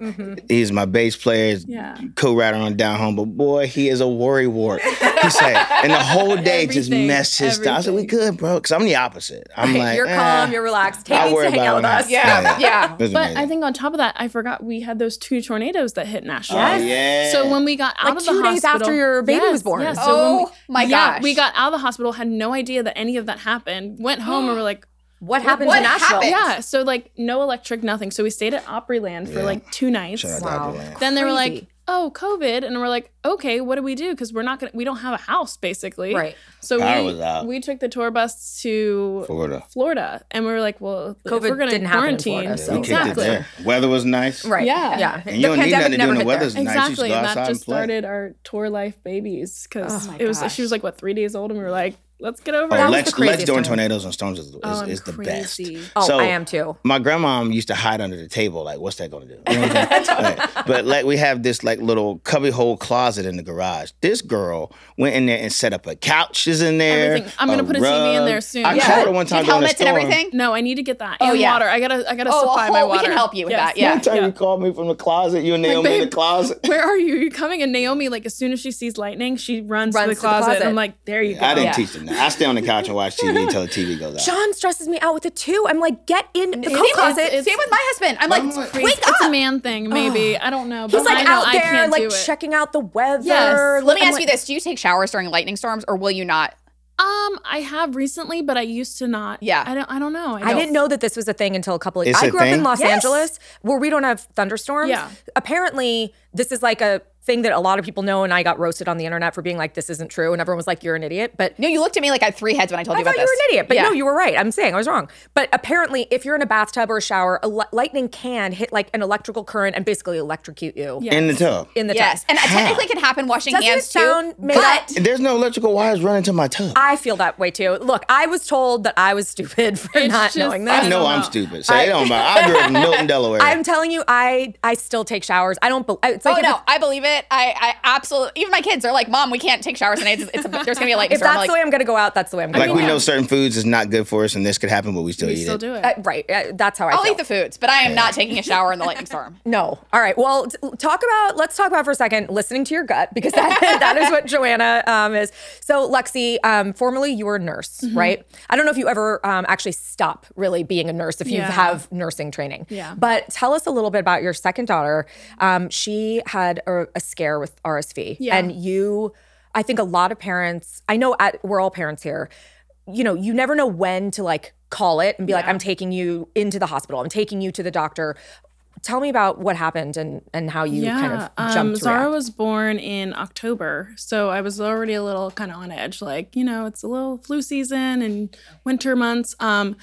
S3: He's my bass player, he's
S4: Mm-hmm. Yeah.
S3: co-writer on Down Home. But boy, he is a worry wart. He said, and the whole day just
S4: Everything,
S3: messed his. stuff. I said, "We good, bro?" Cause I'm the opposite. I'm like,
S1: You're
S3: "Ah."
S1: calm, you're relaxed. Take
S3: I
S1: to
S3: worry
S1: hang
S3: about
S1: out
S3: it
S1: with
S3: when I-
S1: us.
S3: Yeah,
S2: yeah.
S3: It was
S4: But
S3: amazing.
S4: I think on top of that, I forgot we had those two tornadoes that hit Nashville.
S3: Oh, yeah.
S4: So when we got out
S1: Like
S4: of the
S1: two
S4: hospital,
S1: days after your baby was
S4: Yes,
S1: born.
S4: yes. So when
S2: Oh
S4: we-
S2: my
S4: yeah,
S2: gosh.
S4: we got out of the hospital, had no idea that any of that happened. Went home and were like,
S1: What happened
S2: what
S1: to Nashville?
S2: happened?
S4: Yeah, so like no electric, nothing. So we stayed at Opryland for
S3: Yeah.
S4: like two nights.
S3: Shout out to
S1: Wow.
S3: Opryland.
S4: Then they were
S1: Crazy.
S4: like, "Oh, COVID," and we're like, "Okay, what do we do? Because we're not gonna, we don't have a house basically."
S1: Right.
S4: So
S3: Power
S4: we
S3: was out.
S4: we took the tour bus to
S3: Florida.
S4: Florida, and we were like, "Well, if
S1: COVID
S4: we're gonna
S1: didn't happen in
S4: quarantine."
S1: Florida,
S3: Yeah,
S1: so-
S3: we kicked it
S4: exactly.
S3: there. Weather was nice.
S1: Right.
S4: Yeah.
S1: Yeah.
S3: And you don't need nothing to do when the
S1: hit there.
S3: weather's nice. You just
S4: Exactly,
S3: go
S4: and
S3: outside
S4: that
S3: and
S4: just
S3: play.
S4: started our tour life babies because
S1: Oh my
S4: it was
S1: gosh.
S4: she was like what three days old, and we were like, "Let's get over."
S3: Oh,
S4: it.
S1: was
S3: Lex,
S1: the craziest
S3: Lex doing
S1: time.
S3: tornadoes and storms is, is,
S4: Oh, I'm
S3: is the best.
S4: crazy.
S1: Oh,
S3: So-
S1: I am too.
S3: My grandma used to hide under the table. Like, what's that going to do? You know what I'm saying? Like, but like, we have this like little cubbyhole closet in the garage. This girl went in there and set up a couch is in there.
S4: Everything. I'm gonna
S3: a
S4: put a TV in
S3: rug.
S4: there soon.
S3: I
S4: Yeah.
S3: caught her one time
S2: Dude,
S3: during a
S2: helmets and
S3: storm.
S2: everything.
S4: No, I need to get that.
S2: Oh,
S4: and
S2: yeah.
S4: water. I gotta I gotta
S2: Oh, a
S4: supply my
S2: whole- we
S4: water.
S2: can help you with that,
S3: One
S2: yeah.
S3: time
S4: Yeah.
S3: you called me from the closet. You and Naomi in the
S4: babe.
S3: closet.
S4: Where are you? You're coming. And Naomi, like, as soon as she sees lightning, she runs,
S1: Runs
S4: to the closet. I'm like, there you go.
S3: I didn't
S1: Yeah.
S3: teach them that. I stay on the couch and watch TV until the TV goes out.
S1: John stresses me out with it too. I'm like, get in the
S2: Same
S1: coat
S2: with-
S1: closet.
S2: Same with my husband. I'm
S3: I'm
S2: like,
S3: like-
S2: wake
S4: It's a
S2: up.
S4: man thing, maybe. I don't know. But
S1: He's like
S4: I know
S1: out
S4: I
S1: there,
S4: can't
S1: like
S4: do it.
S1: checking out the weather.
S4: Yes.
S2: Let me
S1: I'm
S2: ask
S1: like-
S2: you this: Do you take showers during lightning storms, or will you not?
S4: Um, I have recently, but I used to not.
S2: Yeah.
S4: I don't. I don't know.
S1: I
S4: don't-
S1: didn't know that this was a thing until a couple of
S3: It's
S1: I
S3: a
S1: grew up in
S3: thing?
S1: Los
S2: Yes.
S1: Angeles where we don't have thunderstorms.
S4: Yeah.
S1: Apparently, this is like a thing that a lot of people know, and I got roasted on the internet for being like, this isn't true. And everyone was like, you're an idiot. But
S2: No, you looked at me like I had three heads when I told
S1: I
S2: you about
S1: thought you
S2: this.
S1: were an idiot, but
S2: Yeah.
S1: no, you were right. I'm saying I was wrong. But apparently, if you're in a bathtub or a shower, a li- lightning can hit like an electrical current and basically electrocute you
S4: Yeah.
S3: In the tub.
S1: in the
S2: yes,
S1: tub.
S2: and it technically can happen washing
S1: Doesn't
S2: hands
S1: it sound
S2: too.
S1: made up?
S2: But
S3: There's no electrical wires running to my tub.
S1: I feel that way too. Look, I was told that I was stupid for
S4: It's
S1: not
S4: just-
S1: knowing
S4: I
S1: that.
S3: I know
S4: don't
S3: I'm
S4: know.
S3: stupid. So it don't matter. I grew up in Milton, Delaware.
S1: I'm telling you, I I still take showers. I don't. Be- it's like
S2: oh
S1: if
S2: no,
S1: it-
S2: I believe it. I, I absolutely. Even my kids are like, "Mom, we can't take showers tonight. It's, it's, there's gonna be a lightning
S1: if
S2: storm."
S1: that's
S2: I'm
S1: the way I'm going to go out, that's the way I'm going
S3: like
S1: to
S3: we
S1: go
S3: know certain foods is not good for us, and this could happen, but we still
S4: We
S3: eat
S4: still
S3: it.
S4: do it.
S1: out. Uh, right. uh, that's how I
S2: I'll
S1: feel.
S2: eat the foods, but I am not taking a shower in the lightning storm.
S1: No. All right. Well, t- talk about, let's talk about for a second listening to your gut because that, that is what Joanna um, is. So, Lexi, um, formerly you were a nurse,
S4: Mm-hmm.
S1: right? I don't know if you ever um, actually stop really being a nurse if you
S4: Yeah.
S1: have nursing training.
S4: Yeah.
S1: But tell us a little bit about your second daughter. Um, she had a, a scare with RSV.
S4: Yeah.
S1: And you, I think a lot of parents, I know at, we're all parents here, you know, you never know when to like call it and be like, I'm taking you into the hospital, I'm taking you to the doctor. Tell me about what happened and and how you kind of
S4: um,
S1: jumped. to
S4: Zara
S1: react.
S4: was born in October, so I was already a little kind of on edge. Like you know, it's a little flu season and winter months. Um,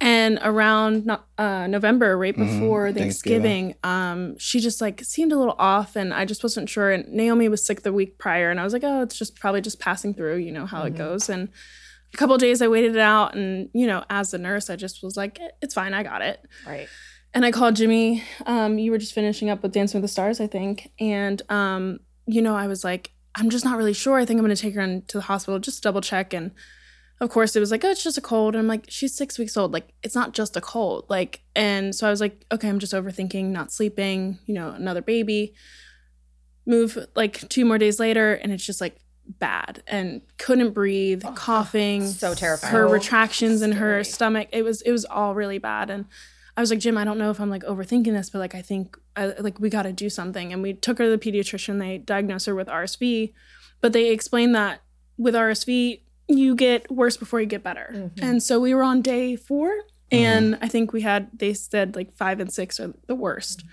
S4: and around no- uh, November, right
S1: Mm-hmm.
S3: Mhm,
S4: before Thanksgiving,
S3: Thanksgiving.
S4: um, she just like seemed a little off, and I just wasn't sure. And Naomi was sick the week prior, and I was like, oh, it's just probably just passing through. You know how
S1: Mm-hmm.
S4: it goes, and. A couple days I waited it out, and you know, as a nurse, I just was like, "Eh, "It's fine, I got it."
S1: right.
S4: and I called Jimmy. Um, you were just finishing up with Dancing with the Stars, I think. And um, you know, I was like, I'm just not really sure. I think I'm gonna take her into the hospital just to double check. And of course, it was like, oh, it's just a cold. And I'm like, she's six weeks old. Like, it's not just a cold. Like, and so I was like, okay, I'm just overthinking, not sleeping. You know, another baby. Move like two more days later, and it's just like bad and couldn't breathe, coughing,
S1: So terrifying.
S4: her
S1: So
S4: retractions in her stomach. It was it was all really bad. And I was like, Jim, I don't know if I'm like overthinking this, but like I think I, like we got to do something. And we took her to the pediatrician. They diagnosed her with RSV, but they explained that with RSV you get worse before you get better. And so we were on day 4 and I think we had they said like five and six are the worst.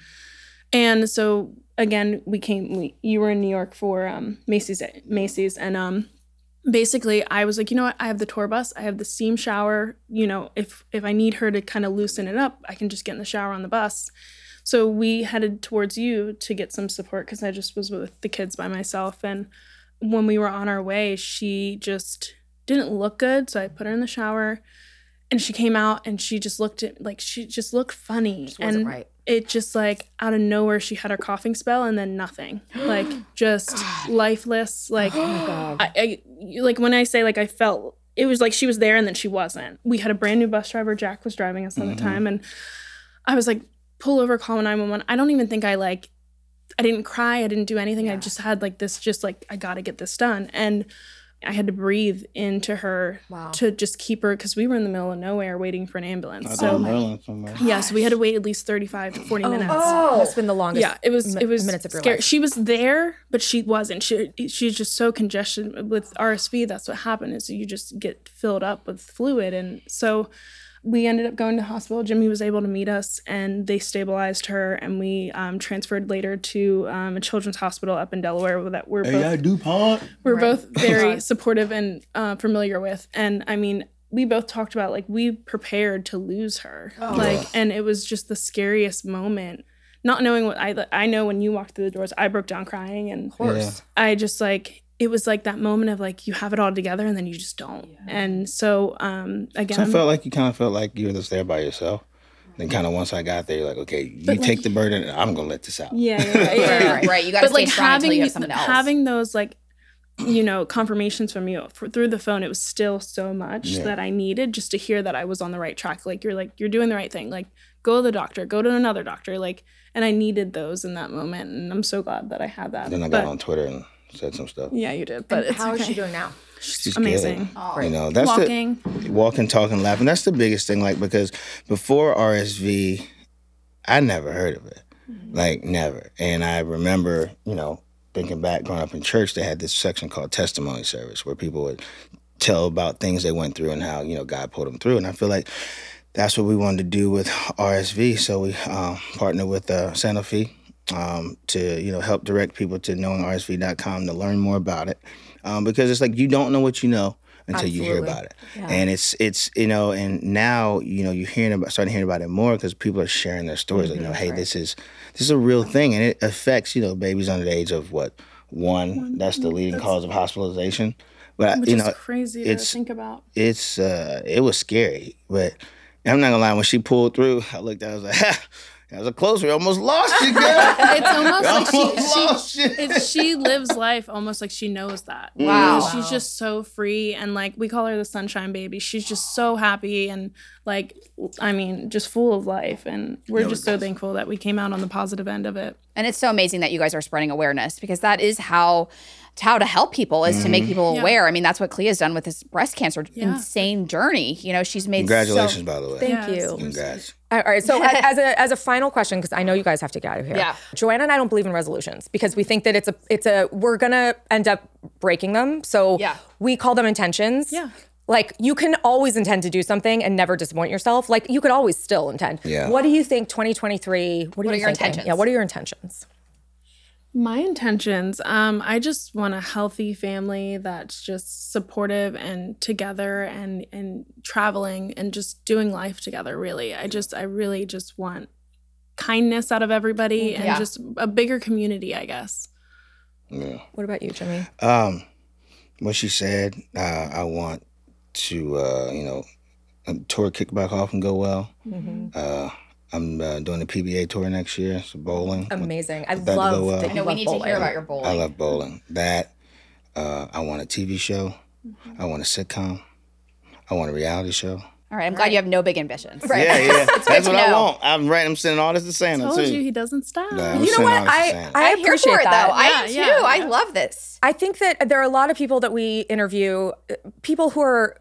S4: And so again, we came. We, you were in New York for um, Macy's. Macy's, and um, basically, I was like, you know what? I have the tour bus. I have the steam shower. You know, if if I need her to kind of loosen it up, I can just get in the shower on the bus. So we headed towards you to get some support because I just was with the kids by myself. And when we were on our way, she just didn't look good. So I put her in the shower, and she came out and she just looked at, like she just looked funny.
S1: Just wasn't
S4: and
S1: right.
S4: it just like out of nowhere she had her coughing spell and then nothing like just lifeless like
S1: Oh
S4: I, I you- like when i say like i felt it was like she was there and then she wasn't we had a brand new bus driver jack was driving us at
S1: Mm-hmm.
S4: the time and i was like pull over call 911 i don't even think i like i didn't cry i didn't do anything i just had like this just like i gotta get this done and i had to breathe into her
S1: Wow.
S4: to just keep her because we were in the middle of nowhere waiting for an ambulance
S3: I
S4: so
S3: thought Merlin somewhere.
S4: yeah, so we had to wait at least 35 to 40 minutes.
S1: Oh, Oh, must have been the longest.
S4: Yeah, it was
S1: mi-
S4: it was
S1: minutes of your
S4: scary.
S1: life.
S4: She was there, but she wasn't. She she's just so congestion with RSV. That's what happened is you just get filled up with fluid, and so we ended up going to hospital. Jimmy was able to meet us, and they stabilized her, and we um, transferred later to um, a children's hospital up in Delaware that we're both
S3: do pod.
S4: we're
S2: Right.
S4: both very
S2: God.
S4: supportive and uh, familiar with. And I mean, we both talked about like we prepared to lose her,
S2: Oh.
S4: like, and it was just the scariest moment. Not knowing what I I know when you walked through the doors, I broke down crying, and
S3: course.
S4: I just like it was like that moment of like you have it all together and then you just don't. And so um again,
S3: So I felt like you kind of felt like you were just there by yourself. Then kind of once I got there, you're like, okay, you
S4: But, like-
S3: take the burden, and I'm gonna let this out.
S4: yeah, yeah, yeah,
S2: Right,
S4: yeah.
S2: right, right. You got to
S4: but
S2: stay
S4: like
S2: strong until
S4: having
S2: you have someone else.
S4: having those like you know confirmations from you for, through the phone it was still so much
S3: Yeah.
S4: that i needed just to hear that i was on the right track like you're like you're doing the right thing like go to the doctor go to another doctor like and i needed those in that moment and i'm so glad that i had that
S3: Then I got
S4: but,
S3: on Twitter and said some stuff.
S4: yeah you did but
S1: And
S4: it's
S1: how is
S4: okay.
S1: she doing now?
S3: She's good.
S4: amazing
S3: You know, that's the,
S4: walking
S3: walking, talking, laughing. That's the biggest thing. Like because before RSV, I never heard of it, like never. And I remember, you know, thinking back, growing up in church, they had this section called testimony service where people would tell about things they went through and how you know God pulled them through. And I feel like that's what we wanted to do with RSV. So we um, partnered with uh, Sanofi um, to you know help direct people to knowingrsv.com to learn more about it um, because it's like you don't know what you know until you hear
S1: Absolutely.
S3: about it. And it's it's you know, and now you know you're hearing about starting hearing about it more because people are sharing their stories. like you know, hey, this is this is a real thing, and it affects you know babies under the age of what one. That's the leading cause of hospitalization. But
S4: which
S3: you
S4: is
S3: know,
S4: crazy to
S3: it's-
S4: think about
S3: it's uh it was scary, but I'm not gonna lie. When she pulled through, I looked. at her, I was like, ha, that was a close. We almost lost you, girl.
S4: it's
S3: almost
S4: almost like she, she
S3: lost you.
S4: it's, she lives life almost like she knows that.
S2: Wow.
S4: Because She's just so free and like we call her the sunshine baby. She's just so happy and like I mean, just full of life and we're just so thankful that we came out on the positive end of it.
S2: And it's so amazing that you guys are spreading awareness because that is how how to help people is to
S3: Mm-hmm.
S2: make people
S4: Yeah.
S2: aware. I mean, that's what Clea's done with this breast cancer
S4: Yeah.
S2: insane journey. You know, she's made so-
S3: Congratulations, by the way.
S1: Thank you.
S3: Congrats.
S1: All right. So a- as a as a final question, because I know you guys have to get out of here.
S2: Yeah.
S1: Joanna and I don't believe in resolutions because we think that it's a it's a we're gonna end up breaking them. So
S2: Yeah.
S1: we call them intentions.
S4: Yeah.
S1: Like you can always intend to do something and never disappoint yourself. Like you could always still intend.
S3: Yeah.
S1: What do you think 2023? What,
S2: are
S1: you
S2: your
S1: thinking?
S2: intentions?
S1: Yeah. What are your intentions?
S4: My intentions. Um, I just want a healthy family that's just supportive and together and and traveling and just doing life together, really. I just I really just want kindness out of everybody and
S2: Yeah.
S4: just a bigger community, I guess.
S3: Yeah.
S1: What about you, Jimmy?
S3: Um, what she said, uh, I want to uh, you know, tour kickback off and go well. Uh, I'm uh, doing the PBA tour next year, so bowling.
S1: Amazing. I
S3: That go
S1: love
S3: well.
S1: that
S2: I
S1: you
S2: know we
S1: love
S2: need to
S1: bowling.
S2: hear about your bowling.
S3: I love bowling. That uh, I want a TV show. I want a sitcom. I want a reality show.
S2: All right, I'm glad you have no big ambitions. Right.
S3: Yeah, yeah. That's what I
S2: know.
S3: want. I'm right. I'm sending all this to Santa
S4: Told
S3: too.
S4: you he doesn't stop.
S3: Nah, I'm
S1: You know
S3: sending
S1: what?
S3: all this to
S1: I
S3: Santa.
S1: I
S2: I'm here
S1: appreciate
S2: for it
S1: that.
S2: though. I am too.
S4: Yeah, yeah,
S2: I
S4: yeah.
S2: love this.
S1: I think that there are a lot of people that we interview, uh, people who are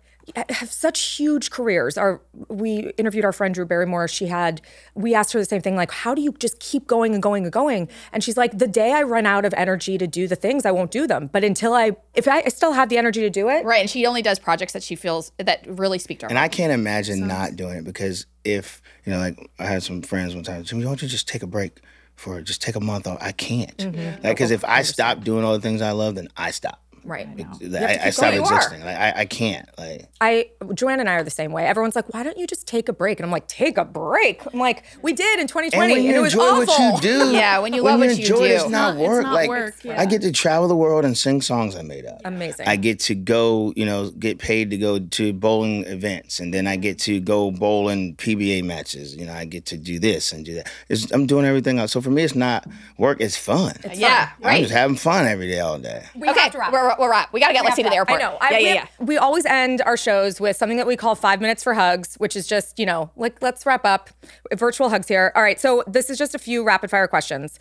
S1: have such huge careers. Our we interviewed our friend Drew Barrymore. She had we asked her the same thing, like, how do you just keep going and going and going? And she's like, the day I run out of energy to do the things, I won't do them. But until I, if I, I still have the energy to do it,
S2: Right. And she only does projects that she feels that really speak to her.
S3: And I can't imagine not doing it because if you know, like I had some friends one time, Jimmy, why don't you just take a break for just take a month off? I can't, like because if I stop doing all the things I love, then I stop.
S1: right.
S3: Like, I, I stop
S2: You are.
S3: existing. Like I, I can't. Like
S1: I Joanne and I are the same way. Everyone's like, why don't you just take a break? And I'm like, take a break. I'm like, we did in 2020, and,
S3: and when
S1: it
S3: you
S1: was
S3: enjoy
S1: awful.
S3: what you do,
S2: Yeah, when you love what you
S3: enjoy it,
S2: do.
S3: it's not
S4: It's
S3: work.
S4: not
S3: like
S4: work, yeah.
S3: I get to travel the world and sing songs I made up.
S1: Amazing.
S3: I get to go, you know, get paid to go to bowling events, and then I get to go bowling PBA matches. You know, I get to do this and do that. It's, I'm doing everything else. So for me, it's not work; it's fun.
S2: yeah.
S3: I'm
S2: Right.
S3: just having fun every day, all day.
S1: we
S2: okay.
S1: have to wrap.
S2: We're, we're wrap. We gotta get Lexi to the airport.
S1: I know. I,
S2: yeah,
S1: we,
S2: yeah, yeah.
S1: we always end our shows with something that we call five minutes for hugs, which is just, you know, like let's wrap up. Virtual hugs here. All right. So this is just a few rapid fire questions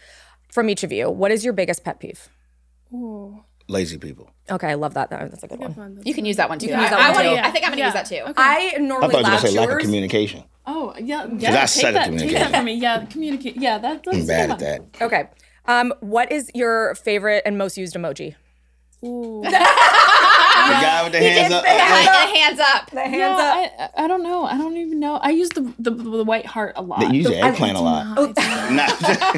S1: from each of you. What is your biggest pet peeve?
S3: Lazy people.
S1: Okay, I love that. That's a good one.
S2: You can use that one too.
S1: use
S2: I-
S1: that
S2: I
S1: one,
S2: wanna-
S1: too.
S2: I think I'm gonna
S4: Yeah.
S2: use that too.
S1: I
S3: I
S1: normally
S3: thought you were gonna
S1: laugh
S3: say lack of
S1: yours.
S3: communication.
S4: Oh yeah,
S3: I
S4: yeah. Take
S3: suck at
S4: that, take that from me. Yeah, communicate. Yeah, that, that's
S3: I'm bad
S4: good
S3: at that.
S1: Okay. Um, what is your favorite and most used emoji?
S4: one. Ooh.
S3: The guy with the
S2: He did
S3: hands up.
S2: the guy with the hands up.
S5: The hands
S4: Yeah,
S5: up.
S4: I, I don't know. I don't even know. I use the the, the white heart a lot.
S3: They use
S4: The-
S3: your eggplant a
S4: It's
S3: lot.
S4: not- it's not.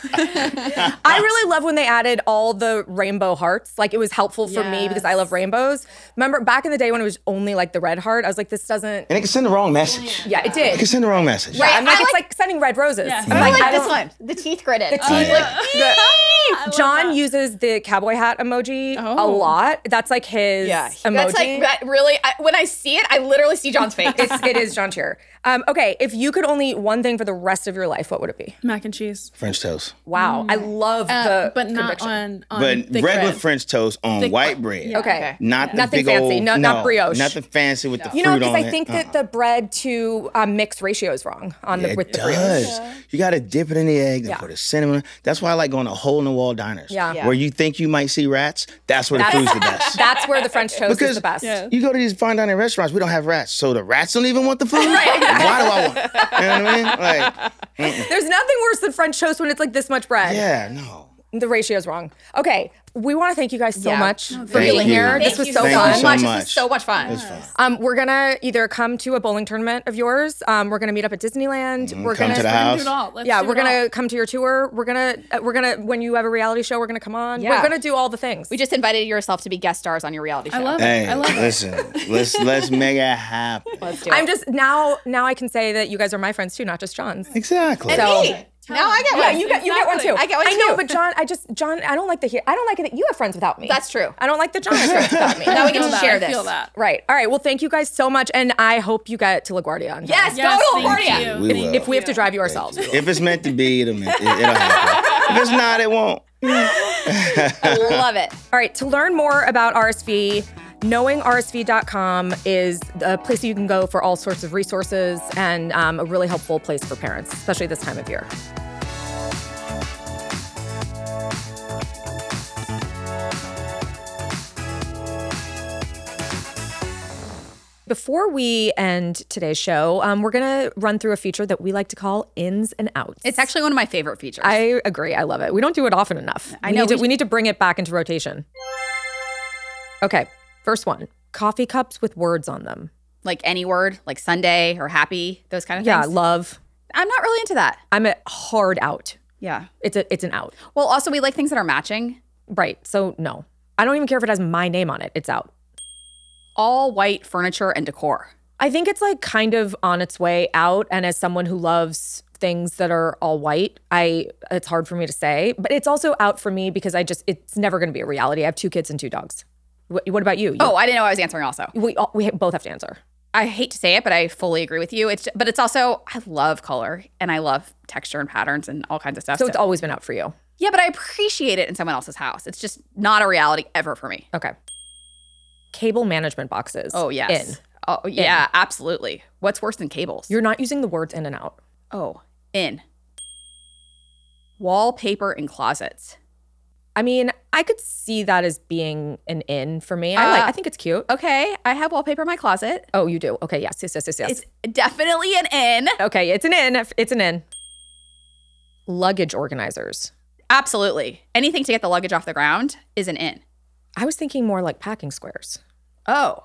S4: It's not.
S1: I really love when they added all the rainbow hearts. Like it was helpful for me because I
S4: Yes.
S1: love rainbows. Remember back in the day when it was only like the red heart, I was like, this doesn't.
S3: And it can send the wrong message.
S1: Yeah, it
S3: It can
S1: did.
S3: send the wrong message.
S2: Right.
S1: I'm like,
S2: I
S1: it's
S2: like-
S1: like sending red roses.
S4: Yeah.
S1: I'm
S2: I
S1: like,
S2: like
S1: I
S2: this
S1: don't-
S2: one. The teeth gritted.
S1: The
S2: I was
S3: teeth-
S2: like,
S1: The-
S4: love
S1: John
S4: that.
S1: uses the cowboy hat emoji a
S4: Oh.
S1: lot. That's like his
S5: Yeah, he-
S1: emoji.
S2: that's like that really. I, when I see it, I literally see John's face.
S1: it's, it is John Tier. Um, okay, if you could only eat one thing for the rest of your life, what would it be?
S4: Mac and cheese,
S3: French toast.
S1: Wow, I love
S4: Uh,
S1: the
S4: but not
S1: conviction.
S4: on, on
S3: But
S4: thick
S3: regular
S4: bread.
S3: French toast on
S4: Thick
S3: white
S4: bread.
S3: bread.
S4: Yeah.
S1: Okay.
S3: Not the
S1: Nothing
S3: big old-
S1: fancy. No- not brioche.
S3: Nothing fancy with the
S1: You
S3: fruit
S1: know,
S3: on
S1: because I
S3: it.
S1: think that
S3: Uh-uh.
S1: the bread to uh, mix ratio is wrong on the
S3: it
S1: with the brioche.
S3: does. You got to dip it in the egg and
S1: Yeah.
S3: put a cinnamon. That's why I like going to hole in the wall diners.
S1: Yeah.
S5: Yeah.
S3: Where you think you might see rats, that's where the
S1: That's-
S3: food's the best.
S1: That's where the French toast is
S3: Because-
S1: the best.
S4: Yeah.
S3: You go to these fine dining restaurants, we don't have rats, so the rats don't even want the food. Why do I want? It? You know what I mean? Like,
S1: There's nothing worse than French toast when it's like this much bread.
S3: yeah, no.
S1: The ratio's wrong. Okay, we want to thank you guys so
S2: Yeah.
S1: much for
S3: thank
S1: being
S3: you.
S1: here.
S2: Thank
S1: this was
S2: you
S1: so
S3: Thank
S1: fun.
S3: you so
S2: This
S3: much.
S2: was so much fun.
S3: It's fun.
S1: Um, we're gonna either come to a bowling tournament of yours. Um, we're gonna meet up at Disneyland. we're gonna
S3: Mm-hmm. come to the
S4: We're gonna
S3: house.
S4: do it all. Let's
S1: yeah,
S4: do
S1: we're
S4: it all.
S1: gonna come to your tour. We're gonna uh, we're gonna when you have a reality show, we're gonna come on. We're
S5: Yeah.
S1: gonna do all the things.
S2: We just invited yourself to be guest stars on your reality show.
S4: I love
S3: Hey,
S4: it. I love it.
S3: listen, let's let's make it happen.
S5: Let's do it.
S1: I'm just now now I can say that you guys are my friends too, not just John's.
S3: Exactly.
S1: So
S2: Hey, now I get
S1: yeah,
S2: one.
S1: you get you get one too.
S2: I get one
S1: I know,
S2: too.
S1: but John, I just John, I don't like the he- I don't like it that you have friends without me.
S2: That's true.
S1: I don't like that John has friends without me.
S2: Now we get
S4: feel
S2: to
S4: that.
S2: share
S4: I
S2: this.
S4: feel that.
S1: Right. All right. Well, thank you guys so much, and I hope you get to LaGuardia on. time.
S2: Yes,
S4: Yes,
S2: go to
S4: thank
S2: LaGuardia.
S4: you.
S3: We
S4: Thank
S3: will.
S4: you.
S1: If we have to drive you ourselves.
S3: If it's meant to be, it'll, meant- it- it'll happen. If it's not, it won't.
S2: I love it.
S1: All right, to learn more about RSV, knowingrsv.com is the place that you can go for all sorts of resources and um, a really helpful place for parents, especially this time of year. Before we end today's show, um, we're going to run through a feature that we like to call ins and outs.
S2: It's actually one of my favorite features.
S1: I agree. I love it. We don't do it often enough.
S2: I
S1: we
S2: know,
S1: Need to,
S2: we-
S1: we need to bring it back into rotation. Okay. First one coffee cups with words on them.
S2: like any word, like Sunday or happy, those kind of
S1: Yeah.
S2: things.
S1: Love.
S2: I'm not really into that.
S1: I'm a hard out.
S2: Yeah.
S1: It's a, it's an out.
S2: Well, also we like things that are matching.
S1: Right. So no, I don't even care if it has my name on it. It's out.
S2: All white furniture and decor.
S1: I think it's like kind of on its way out. And as someone who loves things that are all white, I it's hard for me to say, but it's also out for me because I just it's never going to be a reality. I have two kids and two dogs. What, what about you? You-
S2: Oh, I didn't know I was answering also.
S1: we all, we both have to answer.
S2: I hate to say it, but I fully agree with you. It's but it's also I love color and I love texture and patterns and all kinds of stuff.
S1: So it's always been out for you.
S2: yeah, but I appreciate it in someone else's house. It's just not a reality ever for me.
S1: Okay. Cable management boxes.
S2: Oh yes.
S1: In.
S2: Oh yeah, absolutely. What's worse than cables?
S1: You're not using the words in and out.
S2: oh in. Wallpaper in closets.
S1: I mean, I could see that as being an in for me. I like.
S2: Uh,
S1: I think it's cute.
S2: Okay, I have wallpaper in my closet.
S1: Oh, you do. Okay. Yes. Yes. Yes. Yes. yes.
S2: It's definitely an in.
S1: okay. It's an in. It's an in. Luggage organizers.
S2: Absolutely. Anything to get the luggage off the ground is an in.
S1: I was thinking more like packing squares.
S2: Oh.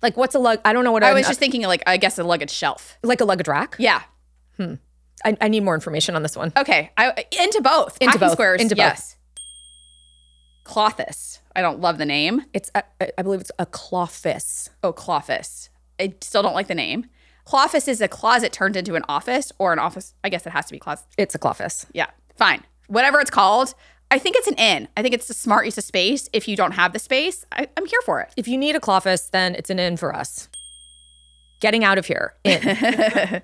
S1: Like what's a lug? I don't know what
S2: I
S1: an-
S2: was just thinking like I guess a luggage shelf.
S1: like a luggage rack.
S2: Yeah.
S1: I, I need more information on this one.
S2: Okay. I into both.
S1: Into
S2: Packing
S1: both.
S2: squares.
S1: Into both.
S2: yes. Clothis. I don't love the name.
S1: It's a, I I believe it's a clothis.
S2: Oh, Clothis. I still don't like the name. Clothis is a closet turned into an office or an office. I guess it has to be closet.
S1: It's a clothis.
S2: Yeah. Fine. Whatever it's called. I think it's an in. I think it's a smart use of space. If you don't have the space, I, I'm here for it.
S1: If you need a clothis, then it's an in for us. Getting out of here. In.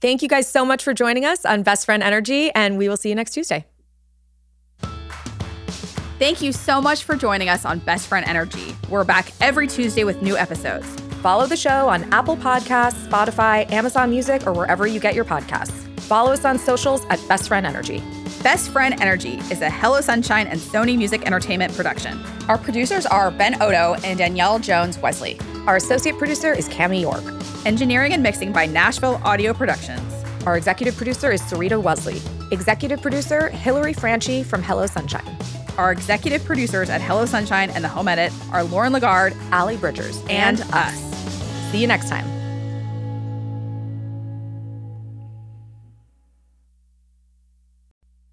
S1: Thank you guys so much for joining us on Best Friend Energy, and we will see you next Tuesday.
S2: Thank you so much for joining us on Best Friend Energy. We're back every Tuesday with new episodes.
S1: Follow the show on Apple Podcasts, Spotify, Amazon Music, or wherever you get your podcasts. Follow us on socials at Best Friend Energy.
S2: Best Friend Energy is a Hello Sunshine and Sony Music Entertainment production. Our producers are Ben Odo and Danielle Jones Wesley.
S1: Our associate producer is Cami York.
S2: Engineering and mixing by Nashville Audio Productions.
S1: Our executive producer is Sarita Wesley. Executive producer, Hillary Franchi from Hello Sunshine.
S2: Our executive producers at Hello Sunshine and The Home Edit are Lauren Lagarde
S6: Allie Bridgers. And
S2: and us.
S6: see you next time.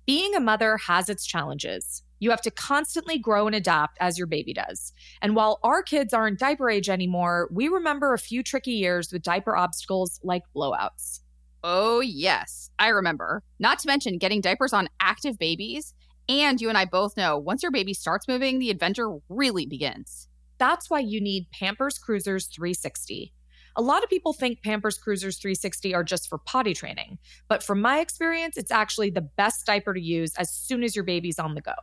S1: Being a mother has its challenges. You have to constantly grow and adapt as your baby does. And while our kids aren't diaper age anymore, we remember a few tricky years with diaper obstacles like blowouts.
S2: Oh, yes, I remember. Not to mention getting diapers on active babies. And you and I both know once your baby starts moving, the adventure really begins.
S1: That's why you need Pampers Cruisers 360. A lot of people think Pampers Cruisers 360 are just for potty training, but from my experience, it's actually the best diaper to use as soon as your baby's on the go.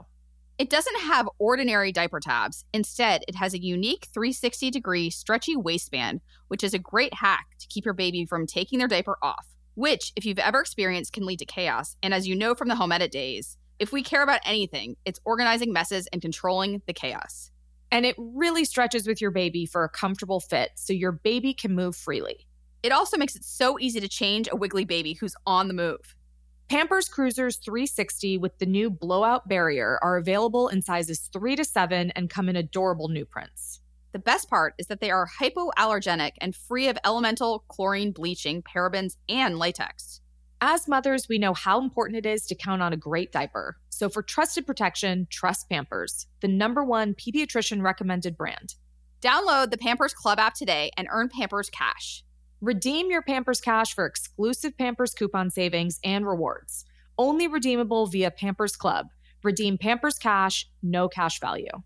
S2: It doesn't have ordinary diaper tabs. Instead, it has a unique 360 degree stretchy waistband, which is a great hack to keep your baby from taking their diaper off, which, if you've ever experienced, can lead to chaos. And as you know from the home edit days, if we care about anything, it's organizing messes and controlling the chaos.
S1: And it really stretches with your baby for a comfortable fit so your baby can move freely.
S2: It also makes it so easy to change a wiggly baby who's on the move.
S1: Pampers Cruisers 360 with the new blowout barrier are available in sizes 3 to 7 and come in adorable new prints.
S2: The best part is that they are hypoallergenic and free of elemental, chlorine, bleaching, parabens, and latex.
S1: As mothers, we know how important it is to count on a great diaper. So for trusted protection, trust Pampers, the number 1 pediatrician recommended brand.
S2: Download the Pampers Club app today and earn Pampers Cash.
S1: Redeem your Pampers Cash for exclusive Pampers coupon savings and rewards. Only redeemable via Pampers Club. Redeem Pampers Cash, no cash value.